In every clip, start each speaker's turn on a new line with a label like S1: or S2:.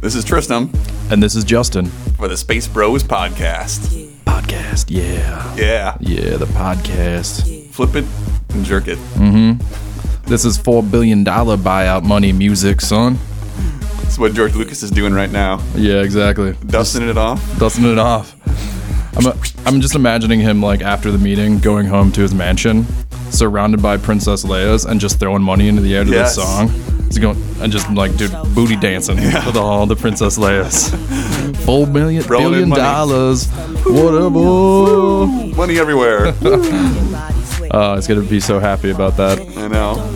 S1: This is Tristan
S2: And this is Justin.
S1: for the Space Bros podcast.
S2: Podcast. Yeah.
S1: Yeah.
S2: Yeah, the podcast.
S1: Flip it and jerk it.
S2: This is $4 billion buyout money music, son.
S1: That's what George Lucas is doing right now.
S2: Yeah, exactly.
S1: Dusting it off.
S2: Dusting it off. I'm, I'm just imagining him, like, after the meeting, going home to his mansion, surrounded by Princess Leia's, and just throwing money into the air to
S1: Yes.
S2: this song. He's going, and just, like, dude, booty dancing with all the Princess Leia's. Four million,
S1: Rolling
S2: billion
S1: money.
S2: dollars. Whatever.
S1: Money everywhere.
S2: Uh, he's going to be so happy about that.
S1: I know.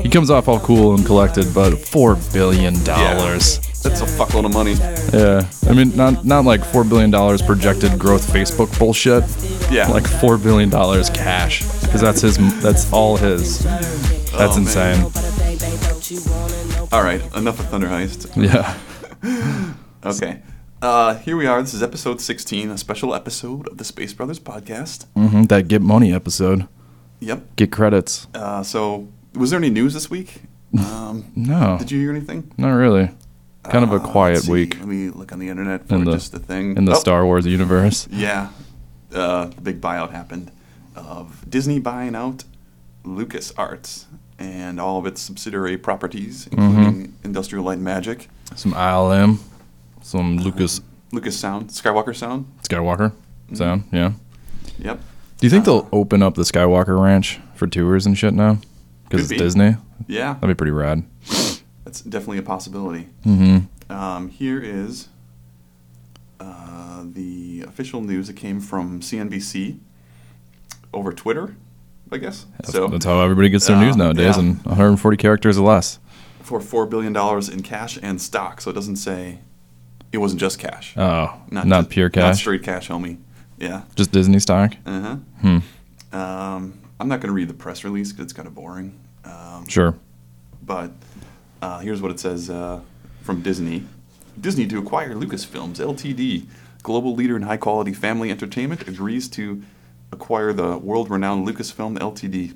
S2: He comes off all cool and collected, but four billion dollars.
S1: That's a fuckload of money.
S2: Yeah. I mean, not not like four billion dollars projected growth Facebook bullshit.
S1: Yeah.
S2: Like four billion dollars cash, because that's his. That's all his. That's
S1: Oh, man.
S2: insane.
S1: All right. Enough of Thunder Heist.
S2: Yeah.
S1: Okay. Uh, here we are. This is episode 16, a special episode of the Space Brothers podcast.
S2: hmm That get money episode.
S1: Yep.
S2: Get credits.
S1: Uh, so, was there any news this week? Um,
S2: No.
S1: did you hear anything?
S2: Not really. Kind of a
S1: Uh, let's
S2: quiet
S1: see.
S2: week
S1: Let me look on the internet for
S2: In the-
S1: just the thing.
S2: in the
S1: Oh,
S2: Star Wars universe.
S1: Yeah, uh, the big buyout happened of Disney buying out Lucas Arts and all of its subsidiary properties,
S2: Mm-hmm.
S1: including Industrial Light and Magic,
S2: Some ILM. Some Lucas
S1: Lucas Sound, Skywalker Sound.
S2: Skywalker sound. Yeah.
S1: Yep.
S2: Do you think they'll open up the Skywalker Ranch for tours and shit now?
S1: Could
S2: Because it's
S1: be.
S2: Disney.
S1: Yeah,
S2: That'd be pretty rad.
S1: that's definitely a possibility.
S2: Mm-hmm.
S1: Um, here is uh, the official news that came from CNBC over Twitter, I guess.
S2: That's,
S1: so
S2: that's how everybody gets their news
S1: Uh,
S2: nowadays,
S1: yeah.
S2: and 140 characters or less.
S1: for four billion dollars in cash and stock. So it doesn't say it wasn't just cash,
S2: Oh, not,
S1: ju-
S2: pure
S1: not
S2: cash,
S1: straight cash, homie. Yeah.
S2: just Disney stock.
S1: Uh huh.
S2: Hmm.
S1: Um, I'm not gonna read the press release because it's kind of boring. Um,
S2: Sure.
S1: but uh, here's what it says uh, from Disney: Disney to acquire Lucasfilms Ltd., global leader in high-quality family entertainment, agrees to acquire the world-renowned Lucasfilm Ltd.,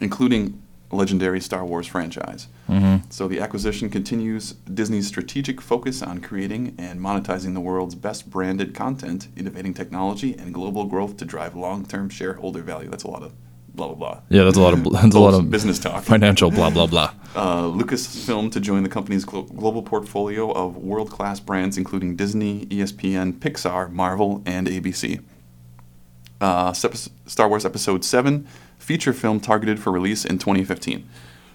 S1: including legendary Star Wars franchise.
S2: Mm-hmm.
S1: So the acquisition continues Disney's strategic focus on creating and monetizing the world's best branded content, innovating technology, and global growth to drive long-term shareholder value. That's a lot of blah blah blah.
S2: Yeah, that's a lot of that's a lot of
S1: business talk
S2: financial blah blah blah.
S1: uh, Lucasfilm to join the company's glo- global portfolio of world class brands, including Disney, E ESPN, Pixar, Marvel, and ABC. Uh, Sep- Star Wars Episode 7, feature film targeted for release in 2015.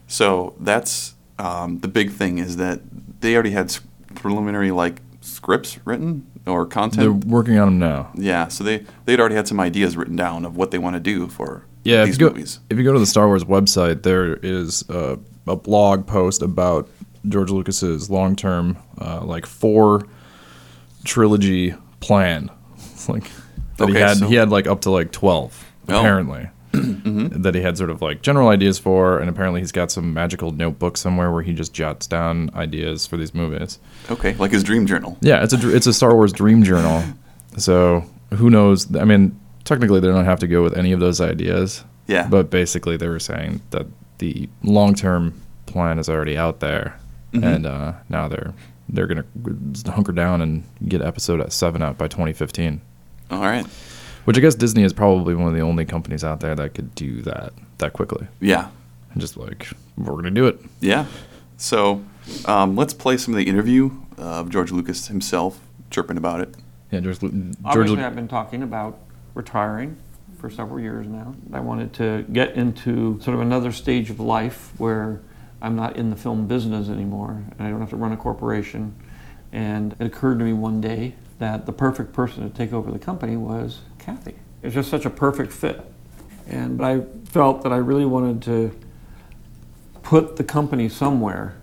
S1: So that's um, the big thing is that they already had s- preliminary like scripts written or
S2: They're
S1: content.
S2: working on them now.
S1: yeah, so they they'd already had some ideas written down of what they want to do for
S2: Yeah,
S1: these
S2: if you, go,
S1: movies.
S2: if you go to the Star Wars website, there is uh, a blog post about George Lucas's long-term, uh, like four trilogy plan. It's like that he
S1: Okay,
S2: had,
S1: so-
S2: he had like up to like twelve
S1: Oh. Mm-hmm.
S2: apparently. That he had sort of like general ideas for, and apparently he's got some magical notebook somewhere where he just jots down ideas for these movies.
S1: Okay, like his dream journal.
S2: Yeah, it's a dr- it's a Star Wars dream journal. So who knows? I mean, technically they don't have to go with any of those ideas.
S1: Yeah.
S2: But basically, they were saying that the long term plan is already out there, and uh, now they're they're gonna hunker down and get episode seven out by 2015.
S1: All right.
S2: Which I guess Disney is probably one of the only companies out there that could do that that quickly
S1: Yeah.
S2: and just like we're gonna do it.
S1: Yeah. So um, let's play some of the interview uh, of George Lucas himself chirping about it.
S2: Yeah, George. Lu- George.
S3: Obviously,
S2: Lu-
S3: I've been talking about retiring for several years now. I wanted to get into sort of another stage of life where I'm not in the film business anymore and I don't have to run a corporation. And it occurred to me one day that the perfect person to take over the company was Kathy. It's just such a perfect fit. And I felt that I really wanted to put the company somewhere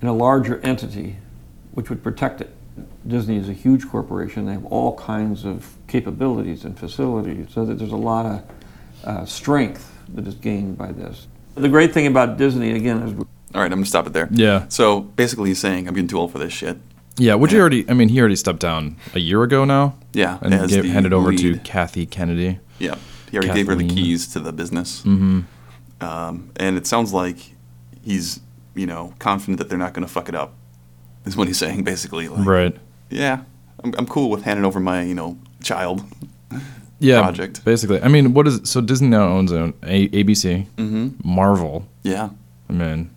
S3: in a larger entity which would protect it. Disney is a huge corporation. They have all kinds of capabilities and facilities, so that there's a lot of uh, strength that is gained by this. The great thing about Disney, again, is
S1: All right, I'm going to stop it there.
S2: Yeah.
S1: So basically, he's saying, I'm getting too old for this shit.
S2: Yeah, which he already. I mean, he already stepped down a year ago now.
S1: Yeah,
S2: and
S1: as
S2: gave,
S1: the
S2: handed over to
S1: lead.
S2: Kathy Kennedy.
S1: Yeah. He already gave her the
S2: Kathleen.
S1: keys to the business. Mm-hmm. Um, and it sounds like he's, you know, confident that they're not going to fuck it up. is what he's saying basically. Like,
S2: Right.
S1: Yeah, I'm, I'm cool with handing over my you know child.
S2: Yeah.
S1: Project.
S2: Basically. I mean, what is so Disney now owns own A- ABC,
S1: Mm-hmm.
S2: Marvel.
S1: Yeah,
S2: I mean, and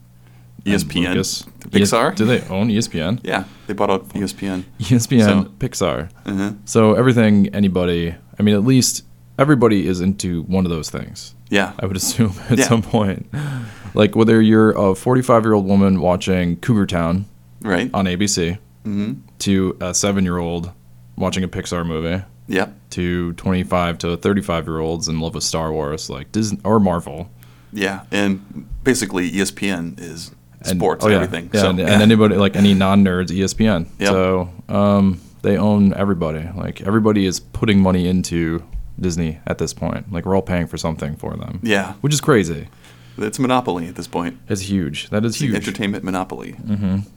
S1: ESPN,
S2: Lucas.
S1: Pixar.
S2: E- do they own ESPN?
S1: yeah, they bought out E ESPN.
S2: ESPN,
S1: So-
S2: Pixar.
S1: Uh-huh.
S2: So everything, anybody, I mean, at least everybody is into one of those things.
S1: Yeah,
S2: I would assume at
S1: Yeah.
S2: some point, like whether you're a 45 year old woman watching Cougar Town
S1: right.
S2: on ABC,
S1: hmm
S2: to a seven year old watching a Pixar movie,
S1: Yeah,
S2: to 25 to 35 year olds in love with Star Wars, like Disney or Marvel,
S1: yeah, and basically E ESPN is sports
S2: oh,
S1: and
S2: yeah.
S1: everything.
S2: Yeah,
S1: so,
S2: and,
S1: yeah.
S2: and anybody like any E non nerds, ESPN.
S1: Yep.
S2: So um, they own everybody. Like everybody is putting money into Disney at this point. Like we're all paying for something for them,
S1: yeah,
S2: which is crazy.
S1: it's a monopoly at this point.
S2: It's huge. That is
S1: It's an
S2: huge. Mm-hmm.
S1: entertainment monopoly.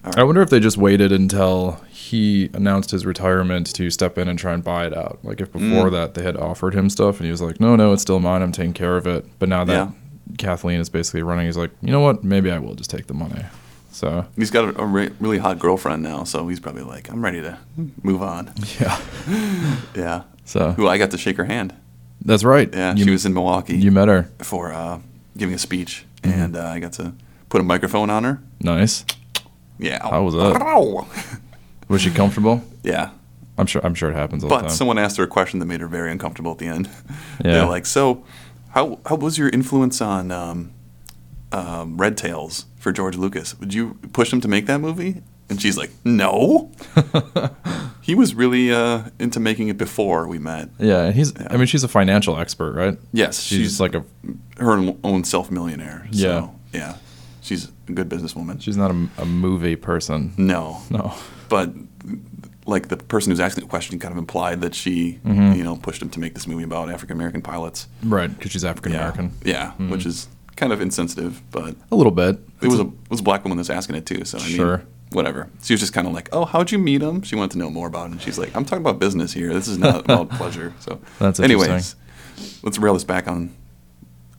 S2: I wonder if they just waited until he announced his retirement to step in and try and buy it out. Like if
S1: Mm.
S2: before that they had offered him stuff and he was like, "No, no, it's still mine. I'm taking care of it." But now that
S1: Yeah.
S2: Kathleen is basically running, he's like, "You know what? Maybe I will just take the money." So
S1: He's got a, a re- really hot girlfriend now, so he's probably like, I'm ready to move on.
S2: yeah,
S1: Yeah.
S2: so
S1: Who I got to shake her hand.
S2: that's right.
S1: Yeah,
S2: you,
S1: she was in Milwaukee
S2: you Mm-hmm. met her.
S1: for uh, giving a speech, and uh, I got to put a microphone on her.
S2: Nice.
S1: Yeah.
S2: How was that?
S1: Ow.
S2: Was she comfortable?
S1: Yeah.
S2: I'm sure. I'm sure it happens all
S1: But
S2: the time.
S1: someone asked her a question that made her very uncomfortable at the end.
S2: Yeah.
S1: They're like, so how, how was your influence on um, um, Red Tails for George Lucas? Would you push him to make that movie? And she's like, no. he was really uh, into making it before we met.
S2: yeah, he's. I mean, she's a financial expert, right?
S1: Yes,
S2: She's,
S1: she's
S2: like a.
S1: her own self millionaire. So,
S2: Yeah.
S1: yeah. Yeah. She's a good businesswoman.
S2: She's not a, a movie person.
S1: no.
S2: No.
S1: But like the person who's asking the question kind of implied that she,
S2: Mm-hmm.
S1: you know, pushed him to make this movie about African American pilots.
S2: Right, because she's African American. Mm-hmm.
S1: Yeah. yeah Which is kind of insensitive, but
S2: A little bit.
S1: it was a it was a black woman that's asking it too. So I mean,
S2: Sure.
S1: whatever. She was just kind of like, "Oh, how'd you meet him?" She wanted to know more about it. And she's like, "I'm talking about business here. This is not about pleasure." So
S2: That's
S1: anyways. Let's rail this back on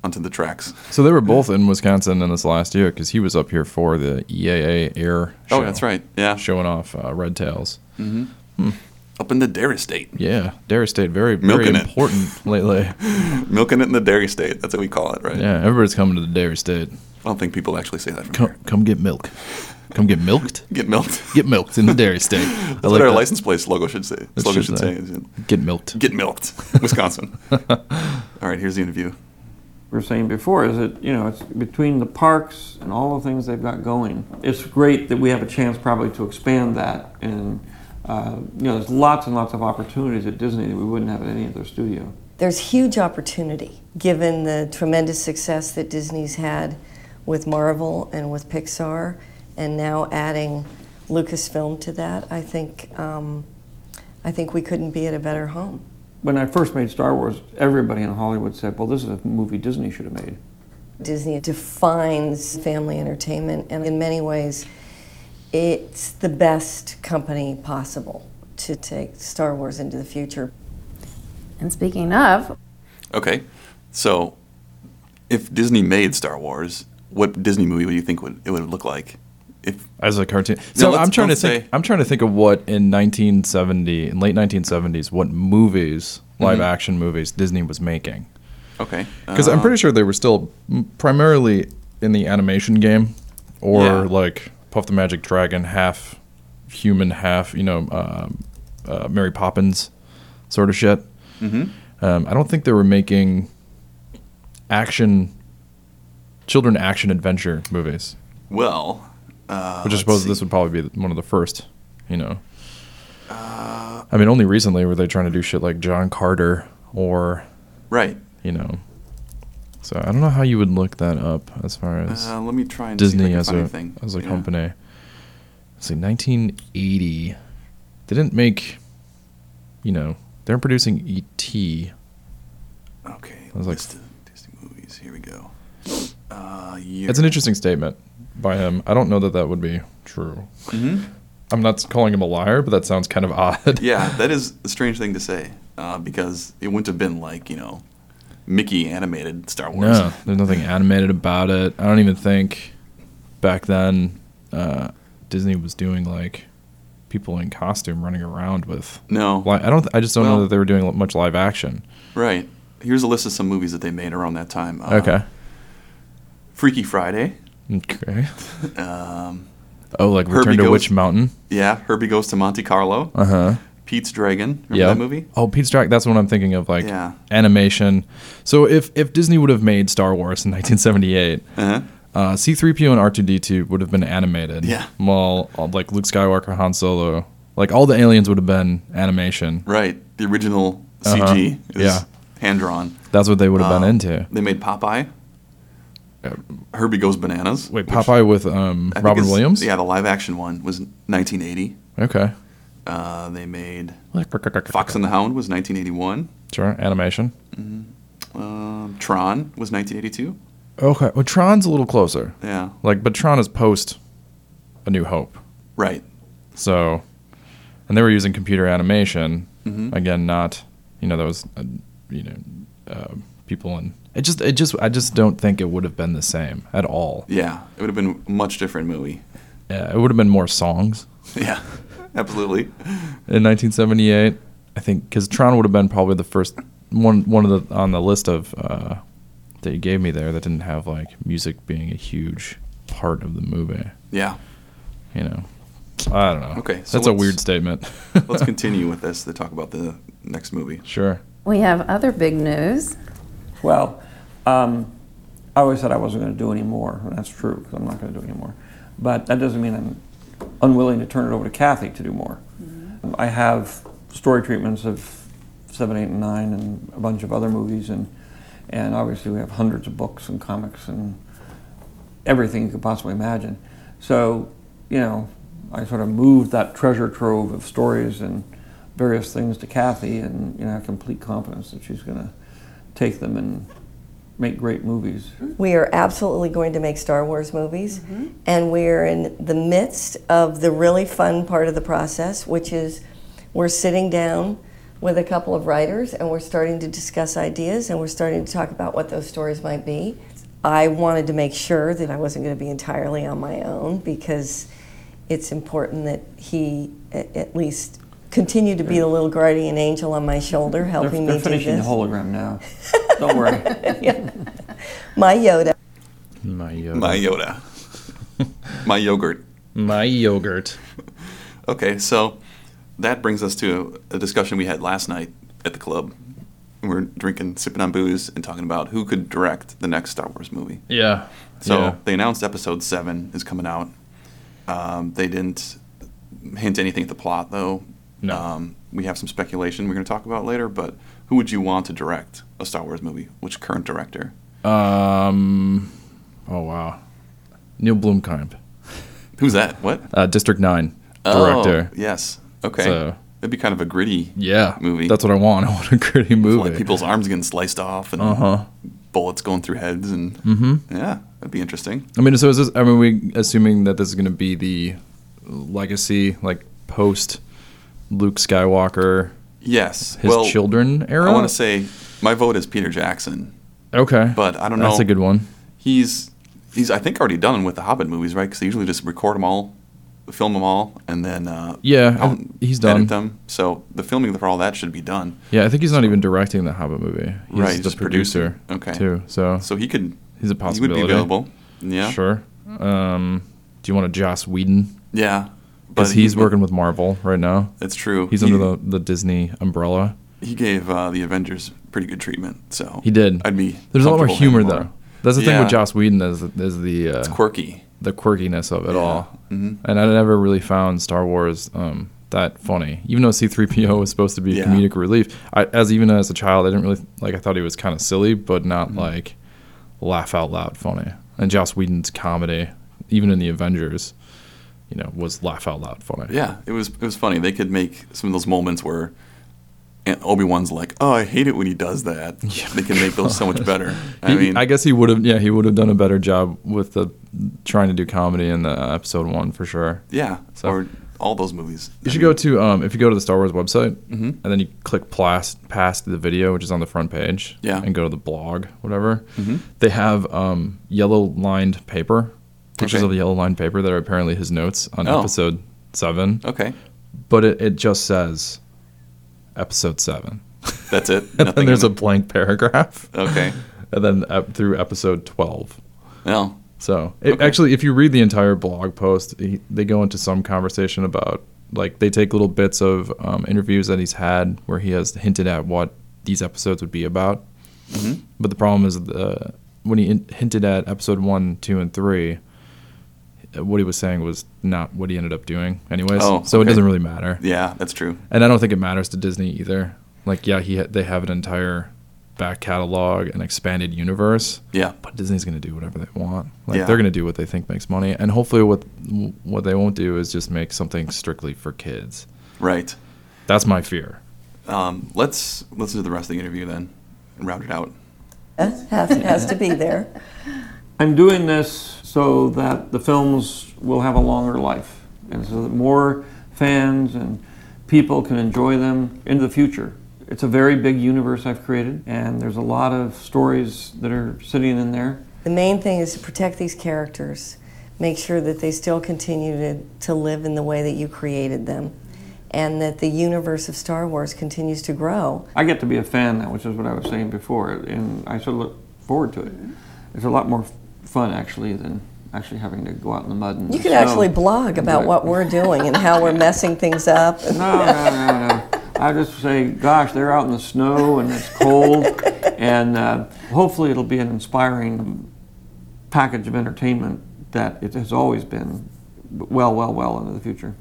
S1: onto the tracks.
S2: So they were both in Wisconsin in this last year because he was up here for the EAA Air. Show,
S1: Oh, that's right. Yeah.
S2: Showing off uh, Red Tails.
S1: Up in the dairy state.
S2: Yeah, Dairy State very very
S1: Milking it.
S2: important lately.
S1: Milking it in the dairy state. That's what we call it, right?
S2: Yeah, everybody's coming to the Dairy State.
S1: I don't think people actually say that from
S2: Come,
S1: here.
S2: come get milk. Come get milked.
S1: Get milked.
S2: Get milked in the Dairy State. I
S1: That's what our
S2: that.
S1: license plate logo should say.
S2: That
S1: Slogan
S2: should
S1: should
S2: say.
S1: say. is,
S2: Get milked.
S1: Get milked, Wisconsin. All right, here's the interview.
S3: we were saying before is that you know it's between the parks and all the things they've got going. It's great that we have a chance probably to expand that, and uh, you know there's lots and lots of opportunities at Disney that we wouldn't have at any other studio.
S4: There's huge opportunity given the tremendous success that Disney's had with Marvel and with Pixar, and now adding Lucasfilm to that. I think um, I think we couldn't be at a better home.
S3: When I first made Star Wars, everybody in Hollywood said, "Well, this is a movie Disney should have made."
S4: Disney defines family entertainment, and in many ways, it's the best company possible to take Star Wars into the future.
S5: And speaking of,
S1: Okay, so if Disney made Star Wars, what Disney movie would you think would it would look like? If
S2: as a cartoon. So
S1: let's-
S2: I'm trying to
S1: let's
S2: think.
S1: say-
S2: I'm trying to think of what in 1970, in late 1970s, what movies,
S1: Mm-hmm.
S2: live action movies, Disney was making.
S1: okay, uh,
S2: Because I'm pretty sure they were still m- primarily in the animation game, or
S1: Yeah.
S2: like Puff the Magic Dragon, half human, half you know, um, uh, Mary Poppins, sort of shit.
S1: Mm-hmm.
S2: Um, I don't think they were making action, children action adventure movies.
S1: well, uh,
S2: Which I
S1: let's
S2: suppose
S1: see.
S2: this would probably be one of the first, you know.
S1: Uh,
S2: I mean, only recently were they trying to do shit like John Carter or,
S1: right.
S2: you know. So I don't know how you would look that up as far as
S1: Uh, let me try and see
S2: Disney
S1: if I
S2: as
S1: can
S2: a
S1: find anything.
S2: as a
S1: Yeah.
S2: company. Let's see, 1980. They didn't make, you know, they're producing E E.T.
S1: Okay,
S2: was like-
S1: list of Disney movies. Here we go. Uh, year.
S2: It's an interesting statement by him. I don't know that that would be true. I'm not calling him a liar, but that sounds kind of odd.
S1: Mm-hmm. Yeah, that is a strange thing to say uh, because it wouldn't have been like you know Mickey animated Star Wars.
S2: No, there's nothing animated about it. I don't even think back then uh, Disney was doing like people in costume running around with.
S1: No.
S2: Li- I don't. th- I just don't know
S1: Well-
S2: that they were doing much live action.
S1: Right. Here's a list of some movies that they made around that time. Uh,
S2: okay.
S1: Freaky Friday.
S2: Okay.
S1: Um,
S2: Oh, like Return
S1: Herbie
S2: to
S1: Goes-
S2: Witch Mountain.
S1: yeah, Herbie Goes to Monte Carlo.
S2: Uh huh.
S1: Pete's Dragon. Remember
S2: Yeah.
S1: that movie?
S2: Oh, Pete's Dragon. That's what I'm thinking of. Like
S1: Yeah.
S2: animation. So if if Disney would have made Star Wars in 1978.
S1: Uh-huh.
S2: Uh, C3PO and R2D2 would have been animated.
S1: Yeah.
S2: While, uh, like, Luke Skywalker, Han Solo, like, all the aliens would have been animation.
S1: Right. The original
S2: Uh-huh.
S1: CG is
S2: Yeah.
S1: hand drawn.
S2: That's what they would have
S1: Uh,
S2: been into.
S1: They made Popeye.
S2: Uh,
S1: Herbie Goes Bananas.
S2: Wait,
S1: which
S2: Popeye with um,
S1: I think
S2: Robin
S1: is-
S2: Williams?
S1: Yeah, the live action one was 1980.
S2: Okay.
S1: Uh, they made
S2: Fox.
S1: Fox and the Hound was 1981.
S2: Sure, animation.
S1: Um, Tron was 1982.
S2: Okay. Well, Tron's a little closer.
S1: Yeah.
S2: Like, but Tron is post A New Hope.
S1: Right.
S2: So, and they were using computer animation.
S1: Mhm.
S2: Again, not, you know, those, uh, you know, uh, people and. It just, it just, I just don't think it would have been the same at all.
S1: Yeah. It would have been a much different movie.
S2: Yeah, it would have been more songs
S1: Yeah. Absolutely.
S2: in 1978. I think because Tron would have been probably the first one, one of the on the list of uh, that you gave me there that didn't have like music being a huge part of the movie.
S1: Yeah.
S2: You know, I don't know.
S1: Okay, so
S2: that's a
S1: let's-
S2: weird statement.
S1: Let's continue with this to talk about the next movie.
S2: Sure.
S5: We have other big news.
S3: Well, um, I always said I wasn't going to do any more, and that's true because I'm not going to do any more. But that doesn't mean I'm unwilling to turn it over to Kathy to do more. I have story treatments of seven, eight, and nine, and a bunch of other movies, and and obviously we have hundreds of books and comics and everything you could possibly imagine. So, you know, I sort of moved that treasure trove of stories and various things to Kathy, and you know, I have complete confidence that she's going to take them and make great movies.
S4: We are absolutely going to make Star Wars movies, and we are in the midst of the really fun part of the process, which is we're sitting down with a couple of writers and we're starting to discuss ideas and we're starting to talk about what those stories might be. I wanted to make sure that I wasn't going to be entirely on my own because it's important that he a- at least continue to be the little guardian angel on my shoulder
S3: They're,
S4: helping
S3: they're
S4: me do
S3: finishing the
S4: this.
S3: hologram now. Don't worry.
S4: my Yoda.
S2: My yogurt.
S1: My Yoda. My yogurt.
S2: My yogurt.
S1: Okay, so that brings us to a discussion we had last night at the club. We were drinking, sipping on booze, and talking about who could direct the next Star Wars movie.
S2: Yeah.
S1: So
S2: Yeah.
S1: they announced Episode Seven is coming out. Um, they didn't hint anything at the plot, though.
S2: No.
S1: Um, we have some speculation we're going to talk about later, but who would you want to direct a Star Wars movie? Which current director?
S2: Um. Oh wow. Neil Blomkamp,
S1: Who's that? What
S2: uh, District Nine
S1: Oh,
S2: director.
S1: yes. Okay.
S2: So-
S1: It'd be kind of a gritty
S2: Yeah.
S1: movie.
S2: That's what I want. I want a gritty movie.
S1: like people's arms getting sliced off and
S2: Uh-huh.
S1: bullets going through heads and
S2: Mm-hmm.
S1: yeah, that'd be interesting.
S2: I mean, so is this? I mean, we assuming that this is going to be the legacy, like post Luke Skywalker,
S1: Yes,
S2: his
S1: well,
S2: children era.
S1: I want to say my vote is Peter Jackson.
S2: okay,
S1: but I don't
S2: That's
S1: know.
S2: a good one.
S1: He's he's I think already done with the Hobbit movies, right? Because they usually just record them all, film them all, and then uh,
S2: Yeah,
S1: out-
S2: I- he's
S1: edit
S2: done.
S1: them. So the filming for all that should be done.
S2: Yeah, I think he's not even directing the Hobbit movie. He's
S1: Right, he's
S2: the
S1: just producing.
S2: producer.
S1: Okay.
S2: too. So,
S1: So he could
S2: he's a
S1: he would
S2: possibility.
S1: be available. Yeah,
S2: Sure. Um, do you want a Joss Whedon?
S1: Yeah,
S2: Because he's working with Marvel right now.
S1: That's true.
S2: He's
S1: He-
S2: under the, the Disney umbrella.
S1: he gave uh, the Avengers pretty good treatment. So
S2: He did.
S1: I'd be.
S2: There's a lot more
S1: comfortable
S2: humor
S1: having more-
S2: though. That's the thing
S1: Yeah.
S2: with Joss Whedon is is the uh,
S1: It's quirky.
S2: the quirkiness of it
S1: Yeah. Mm-hmm.
S2: all. And I never really found Star Wars um, that funny. Even though C-3PO was supposed to be
S1: Yeah.
S2: comedic relief, I, as even as a child, I didn't really like. I thought he was kind of silly, but not
S1: Mm-hmm.
S2: like laugh out loud funny. And Joss Whedon's comedy, even in the Avengers, you know, was laugh out loud funny.
S1: Yeah, it was it was funny. They could make some of those moments where Obi Wan's like, "Oh, I hate it when he does that." they can make those so much better. I
S2: He-
S1: mean,
S2: I guess he would have. Yeah, he would have done a better job with the trying to do comedy in the uh, episode one for sure.
S1: yeah,
S2: So-
S1: or all those movies.
S2: You should go to um, if you go to the Star Wars website
S1: Mm-hmm.
S2: and then you click past past the video, which is on the front page,
S1: Yeah. Mm-hmm.
S2: and go to the blog, whatever. They have um, yellow lined paper pictures
S1: Okay.
S2: of the yellow line paper that are apparently his notes on
S1: Oh.
S2: episode seven,
S1: Okay,
S2: but it, it just says episode seven.
S1: that's it.
S2: And then there's a
S1: in
S2: blank paragraph,
S1: it. okay.
S2: and then up through episode 12.
S1: Well,
S2: So it,
S1: Okay.
S2: actually, if you read the entire blog post, he, they go into some conversation about like they take little bits of um, interviews that he's had where he has hinted at what these episodes would be about.
S1: Mm-hmm.
S2: But the problem is the when he in, hinted at episode one, two, and three, uh, what he was saying was not what he ended up doing, anyways.
S1: Oh,
S2: so it
S1: okay.
S2: doesn't really matter,
S1: yeah, that's true.
S2: and I don't think it matters to Disney either. Like, yeah, he ha- they have an entire back catalog, an expanded universe
S1: Yeah,
S2: but Disney's going to do whatever they want. Like
S1: Yeah.
S2: they're going to do what they think makes money, and hopefully, what what they won't do is just make something strictly for kids.
S1: right.
S2: That's my fear.
S1: Um, let's listen to the rest of the interview then and round it out.
S4: Has, has to be there.
S3: I'm doing this so that the films will have a longer life and so that more fans and people can enjoy them into the future. It's a very big universe I've created, and there's a lot of stories that are sitting in there.
S4: The main thing is to protect these characters, make sure that they still continue to, to live in the way that you created them, and that the universe of Star Wars continues to grow.
S3: I get to be a fan now, which is what I was saying before, and I sort of look forward to it. It's a lot more f- fun actually than actually having to go out in the mud and
S4: You
S3: the
S4: could
S3: snow.
S4: actually blog about
S3: But-
S4: what we're doing and how we're messing things up.
S3: No, no, no, no. I just say, gosh, they're out in the snow and it's cold, and uh, hopefully it'll be an inspiring package of entertainment that it has always been. Well, well, well into the future.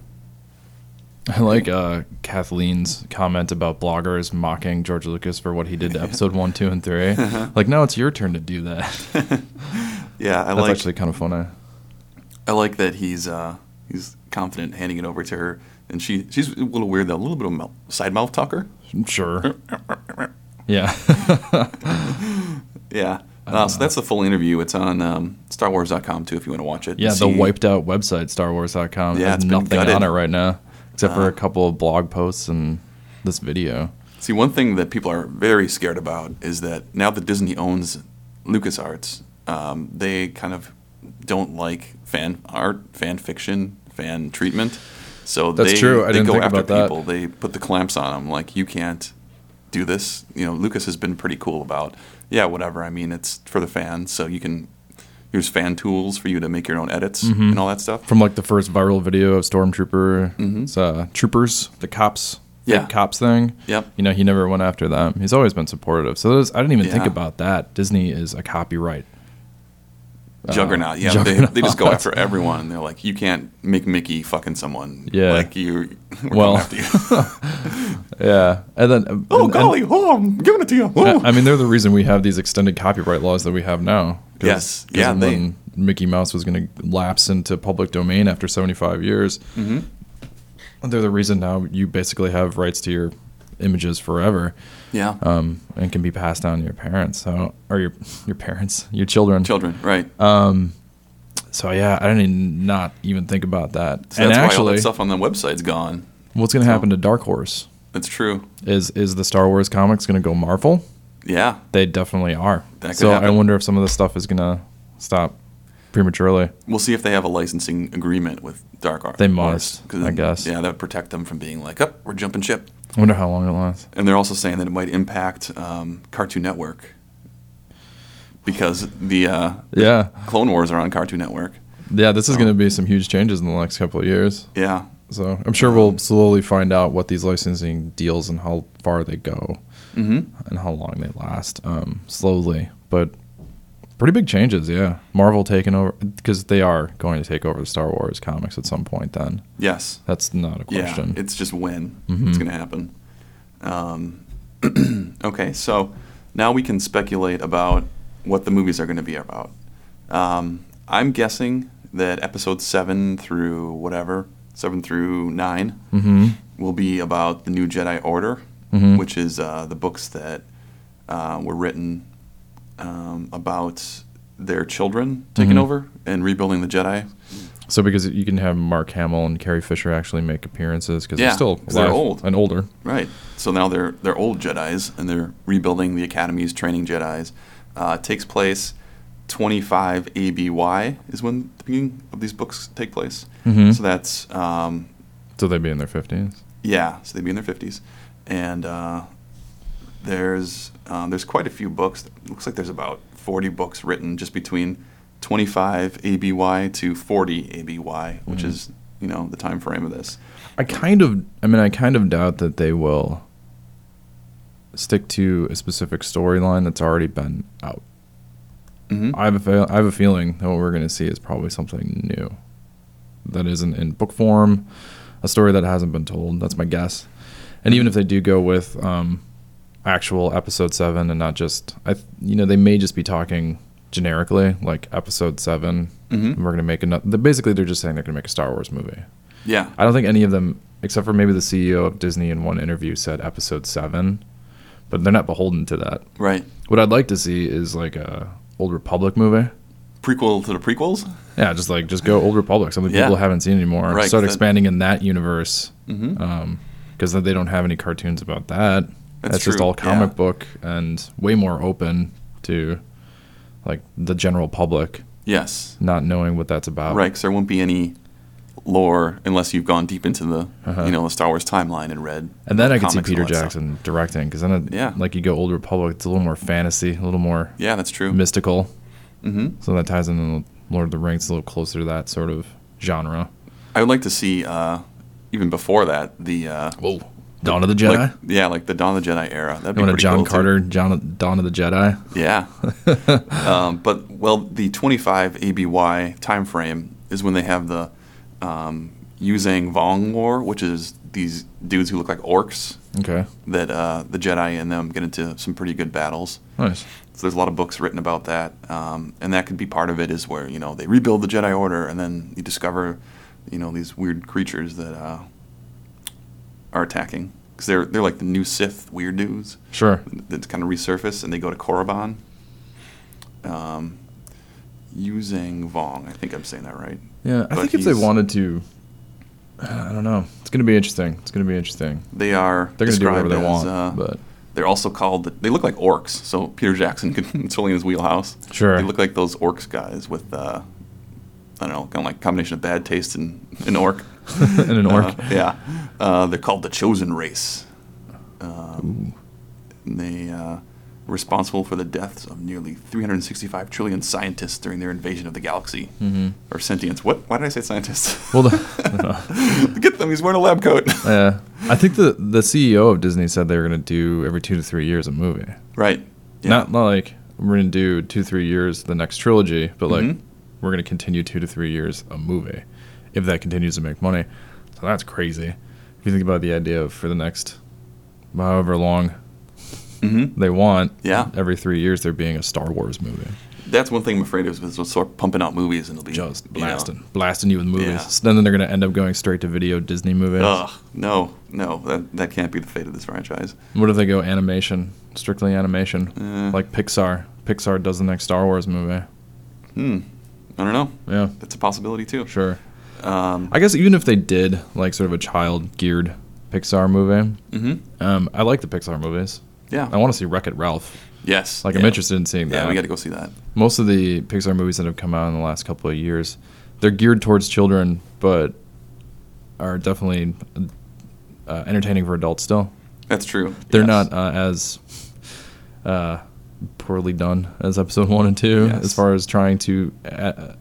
S2: I like uh, Kathleen's comment about bloggers mocking George Lucas for what he did to episode one, two, and 3
S1: Uh-huh.
S2: Like, now it's your turn to do that. That's
S1: Yeah, I like
S2: actually kind of funny.
S1: I like that he's uh, he's confident handing it over to her, and she she's a little weird though, a little bit of mouth, side mouth talker.
S2: Sure. Yeah.
S1: Yeah. Uh, so that's the full interview. It's on um, StarWars.com too if you want to watch it.
S2: Yeah,
S1: and
S2: the
S1: see-
S2: wiped out website StarWars.com
S1: Yeah, it's
S2: has
S1: been
S2: nothing
S1: gutted. Uh-huh.
S2: on it right now except for a couple of blog posts and this video.
S1: See, one thing that people are very scared about is that now that Disney owns LucasArts, um, they kind of don't like fan art, fan fiction, fan treatment. So
S2: That's
S1: they,
S2: true. I
S1: they
S2: didn't
S1: go
S2: think
S1: after
S2: about that.
S1: people. They put the clamps on them. Like, you can't do this. You know, Lucas has been pretty cool about, yeah, whatever. I mean, it's for the fans, so you can use fan tools for you to make your own edits
S2: Mm-hmm.
S1: and all that stuff.
S2: from like the first viral video of Stormtrooper it's, uh, troopers, the cops,
S1: Mm-hmm. Yeah.
S2: fake cops thing.
S1: Yep.
S2: You know, he never went after them. He's always been supportive. So those, I didn't even think
S1: Yeah.
S2: about that. Disney is a copyright. Uh,
S1: Juggernaut, yeah, They, they just go after everyone. and They're like, you can't make Mickey fucking someone.
S2: Yeah.
S1: like you. We're
S2: Well,
S1: well, after you.
S2: Yeah. And then,
S1: oh
S2: and- Uh,
S1: golly, oh, I'm giving it to you.
S2: and-
S1: Oh.
S2: I mean, they're the reason we have these extended copyright laws that we have now. 'Cause-
S1: Yes.
S2: 'cause
S1: Yeah, they-
S2: When Mickey Mouse was going to lapse into public domain after 75 years,
S1: Mm-hmm.
S2: they're the reason now you basically have rights to your images forever.
S1: yeah,
S2: um, and can be passed down to your parents. So, or your your parents, your children.
S1: children, right?
S2: Uh, So yeah, I didn't not even think about that.
S1: so
S2: and
S1: that's why all
S2: actually,
S1: that stuff on the website's gone.
S2: what's going to happen to Dark Horse
S1: That's true.
S2: is is the Star Wars comics going to go Marvel?
S1: Yeah,
S2: They definitely are.
S1: That could
S2: so I
S1: happen.
S2: wonder if some of this stuff is going to stop prematurely.
S1: we'll see if they have a licensing agreement with Dark Arts.
S2: They must,
S1: 'cause
S2: I guess.
S1: Yeah, that would protect them from being like, up, we're jumping ship.
S2: I wonder how long it lasts.
S1: And they're also saying that it might impact um, Cartoon Network because the uh,
S2: Yeah,
S1: Clone Wars are on Cartoon Network.
S2: yeah. This
S1: Um,
S2: is going to be some huge changes in the next couple of years.
S1: Yeah,
S2: So I'm sure we'll slowly find out what these licensing deals and how far they go
S1: Mm-hmm.
S2: and how long they last. Um, slowly, but pretty big changes. Yeah, Marvel taking over because they are going to take over the Star Wars comics at some point. Then
S1: yes.
S2: that's not a question.
S1: Yeah, it's just when it's going to happen. Um, okay, so now we can speculate about what the movies are going to be about. Um, I'm guessing that episode seven through whatever, seven through 9
S2: Mm-hmm.
S1: will be about the New Jedi Order, which is uh, the books that uh, were written um, about their children taking over and rebuilding the Jedi.
S2: so because you can have Mark Hamill and Carrie Fisher actually make appearances because
S1: Yeah,
S2: they're still
S1: 'cause they're
S2: alive
S1: old.
S2: and older.
S1: Right. So now they're they're old Jedi's and they're rebuilding the academies, training Jedi's. Uh, it takes place 25 ABY is when the beginning of these books take place.
S2: Mhm.
S1: So that's um,
S2: So they'd be in their 50s.
S1: yeah, so they'd be in their 50s, and uh, there's um, there's quite a few books. It looks like there's about 40 books written just between 25 ABY to 40 ABY, which is you know the time frame of this.
S2: I kind of, I mean, I kind of doubt that they will stick to a specific storyline that's already been out.
S1: Mhm.
S2: I have a, fe- I have a feeling that what we're going to see is probably something new that isn't in book form, a story that hasn't been told. That's my guess. And even if they do go with um, actual episode seven and not just, I, th- you know, they may just be talking generically like episode 7
S1: Mhm.
S2: We're going to make another. Basically, they're just saying they're going to make a Star Wars movie.
S1: Yeah,
S2: I don't think any of them, except for maybe the CEO of Disney in one interview, said episode seven, but they're not beholden to that.
S1: right.
S2: What I'd like to see is like a Old Republic movie.
S1: Prequel to the prequels.
S2: Yeah, just like just go Old Republic, something
S1: Yeah.
S2: people haven't seen anymore.
S1: Right, 'cause
S2: Start
S1: that-
S2: expanding in that universe
S1: Mm-hmm.
S2: because then they don't have any cartoons about that.
S1: That's
S2: That's, just
S1: true,
S2: all comic
S1: yeah.
S2: book and way more open to like the general public
S1: yes,
S2: not knowing what that's about.
S1: right. Because there won't be any lore unless you've gone deep into the
S2: Uh-huh.
S1: you know the Star Wars timeline and read.
S2: And then I could
S1: comics
S2: see
S1: and
S2: Peter
S1: all that stuff.
S2: Jackson directing because then, it,
S1: Yeah.
S2: like you go Old Republic, it's a little more fantasy, a little more
S1: Yeah, that's true.
S2: mystical.
S1: hmm
S2: So that ties in with Lord of the Rings a little closer to that sort of genre.
S1: I would like to see uh, even before that the uh,
S2: Whoa. Dawn of the Jedi?
S1: Like, yeah, like the Dawn of the Jedi era. That'd
S2: you
S1: be
S2: want a
S1: pretty
S2: John
S1: cool, too.
S2: Carter, John, Dawn of the Jedi?
S1: Yeah. um, but well, the 25 ABY time frame is when they have the um, Yuzang Vong War, which is these dudes who look like orcs
S2: Okay.
S1: that uh, the Jedi and them get into some pretty good battles.
S2: Nice.
S1: So there's a lot of books written about that, um, and that could be part of it. Is where you know they rebuild the Jedi Order, and then you discover, you know, these weird creatures that uh, are attacking because they're they're like the new Sith weird dudes
S2: Sure.
S1: that kind of resurface, and they go to Korriban. Um, using Vong, I think I'm saying that right.
S2: Yeah, I
S1: But
S2: think if they
S1: he's-
S2: wanted to, I don't know. It's going to be interesting. It's going to be interesting.
S1: They are.
S2: They're going to do
S1: described
S2: whatever they
S1: as,
S2: want,
S1: uh,
S2: but
S1: They're also called. They look like orcs, so Peter Jackson could it's totally in his wheelhouse.
S2: Sure.
S1: They look like those orcs guys with, uh, I don't know, kind of like combination of bad taste and an orc.
S2: in an orc.
S1: Uh, yeah, uh, they're called the chosen race. Um, and they uh, were responsible for the deaths of nearly 365 trillion scientists during their invasion of the galaxy
S2: Mhm.
S1: or sentients. What? Why did I say scientists?
S2: Well, the-
S1: get them. He's wearing a lab coat.
S2: Yeah. I think the, the CEO of Disney said they were going to do every two to three years a movie.
S1: right. Yeah.
S2: Not not like we're gonna do two three years the next trilogy, but like
S1: Mhm.
S2: we're gonna continue two to three years a movie, if that continues to make money. So that's crazy. If you think about the idea of for the next however long
S1: hmm
S2: they want,
S1: Yeah.
S2: every three years there being a Star Wars movie,
S1: That's one thing I'm afraid of is they'll start pumping out movies and it'll be
S2: just
S1: you know,
S2: blasting, blasting you with movies.
S1: Yeah.
S2: So then they're gonna end up going straight to video Disney movies.
S1: Ugh, no, no, that that can't be the fate of this franchise.
S2: What if they go animation, strictly animation,
S1: Uh.
S2: like Pixar? Pixar does the next Star Wars movie.
S1: Hmm, I don't know.
S2: Yeah,
S1: That's a possibility too.
S2: sure.
S1: Um,
S2: I guess even if they did like sort of a child geared Pixar movie,
S1: hmm
S2: um, I like the Pixar movies.
S1: Yeah.
S2: I want to see Wreck It Ralph.
S1: Yes.
S2: Like
S1: yeah.
S2: I'm interested in seeing that.
S1: Yeah, we got to go see that.
S2: Most of the Pixar movies that have come out in the last couple of years, they're geared towards children, but are definitely uh, entertaining for adults still.
S1: That's true.
S2: They're
S1: Yes.
S2: not uh, as uh, poorly done as episode one and two,
S1: Yes.
S2: as far as trying to uh,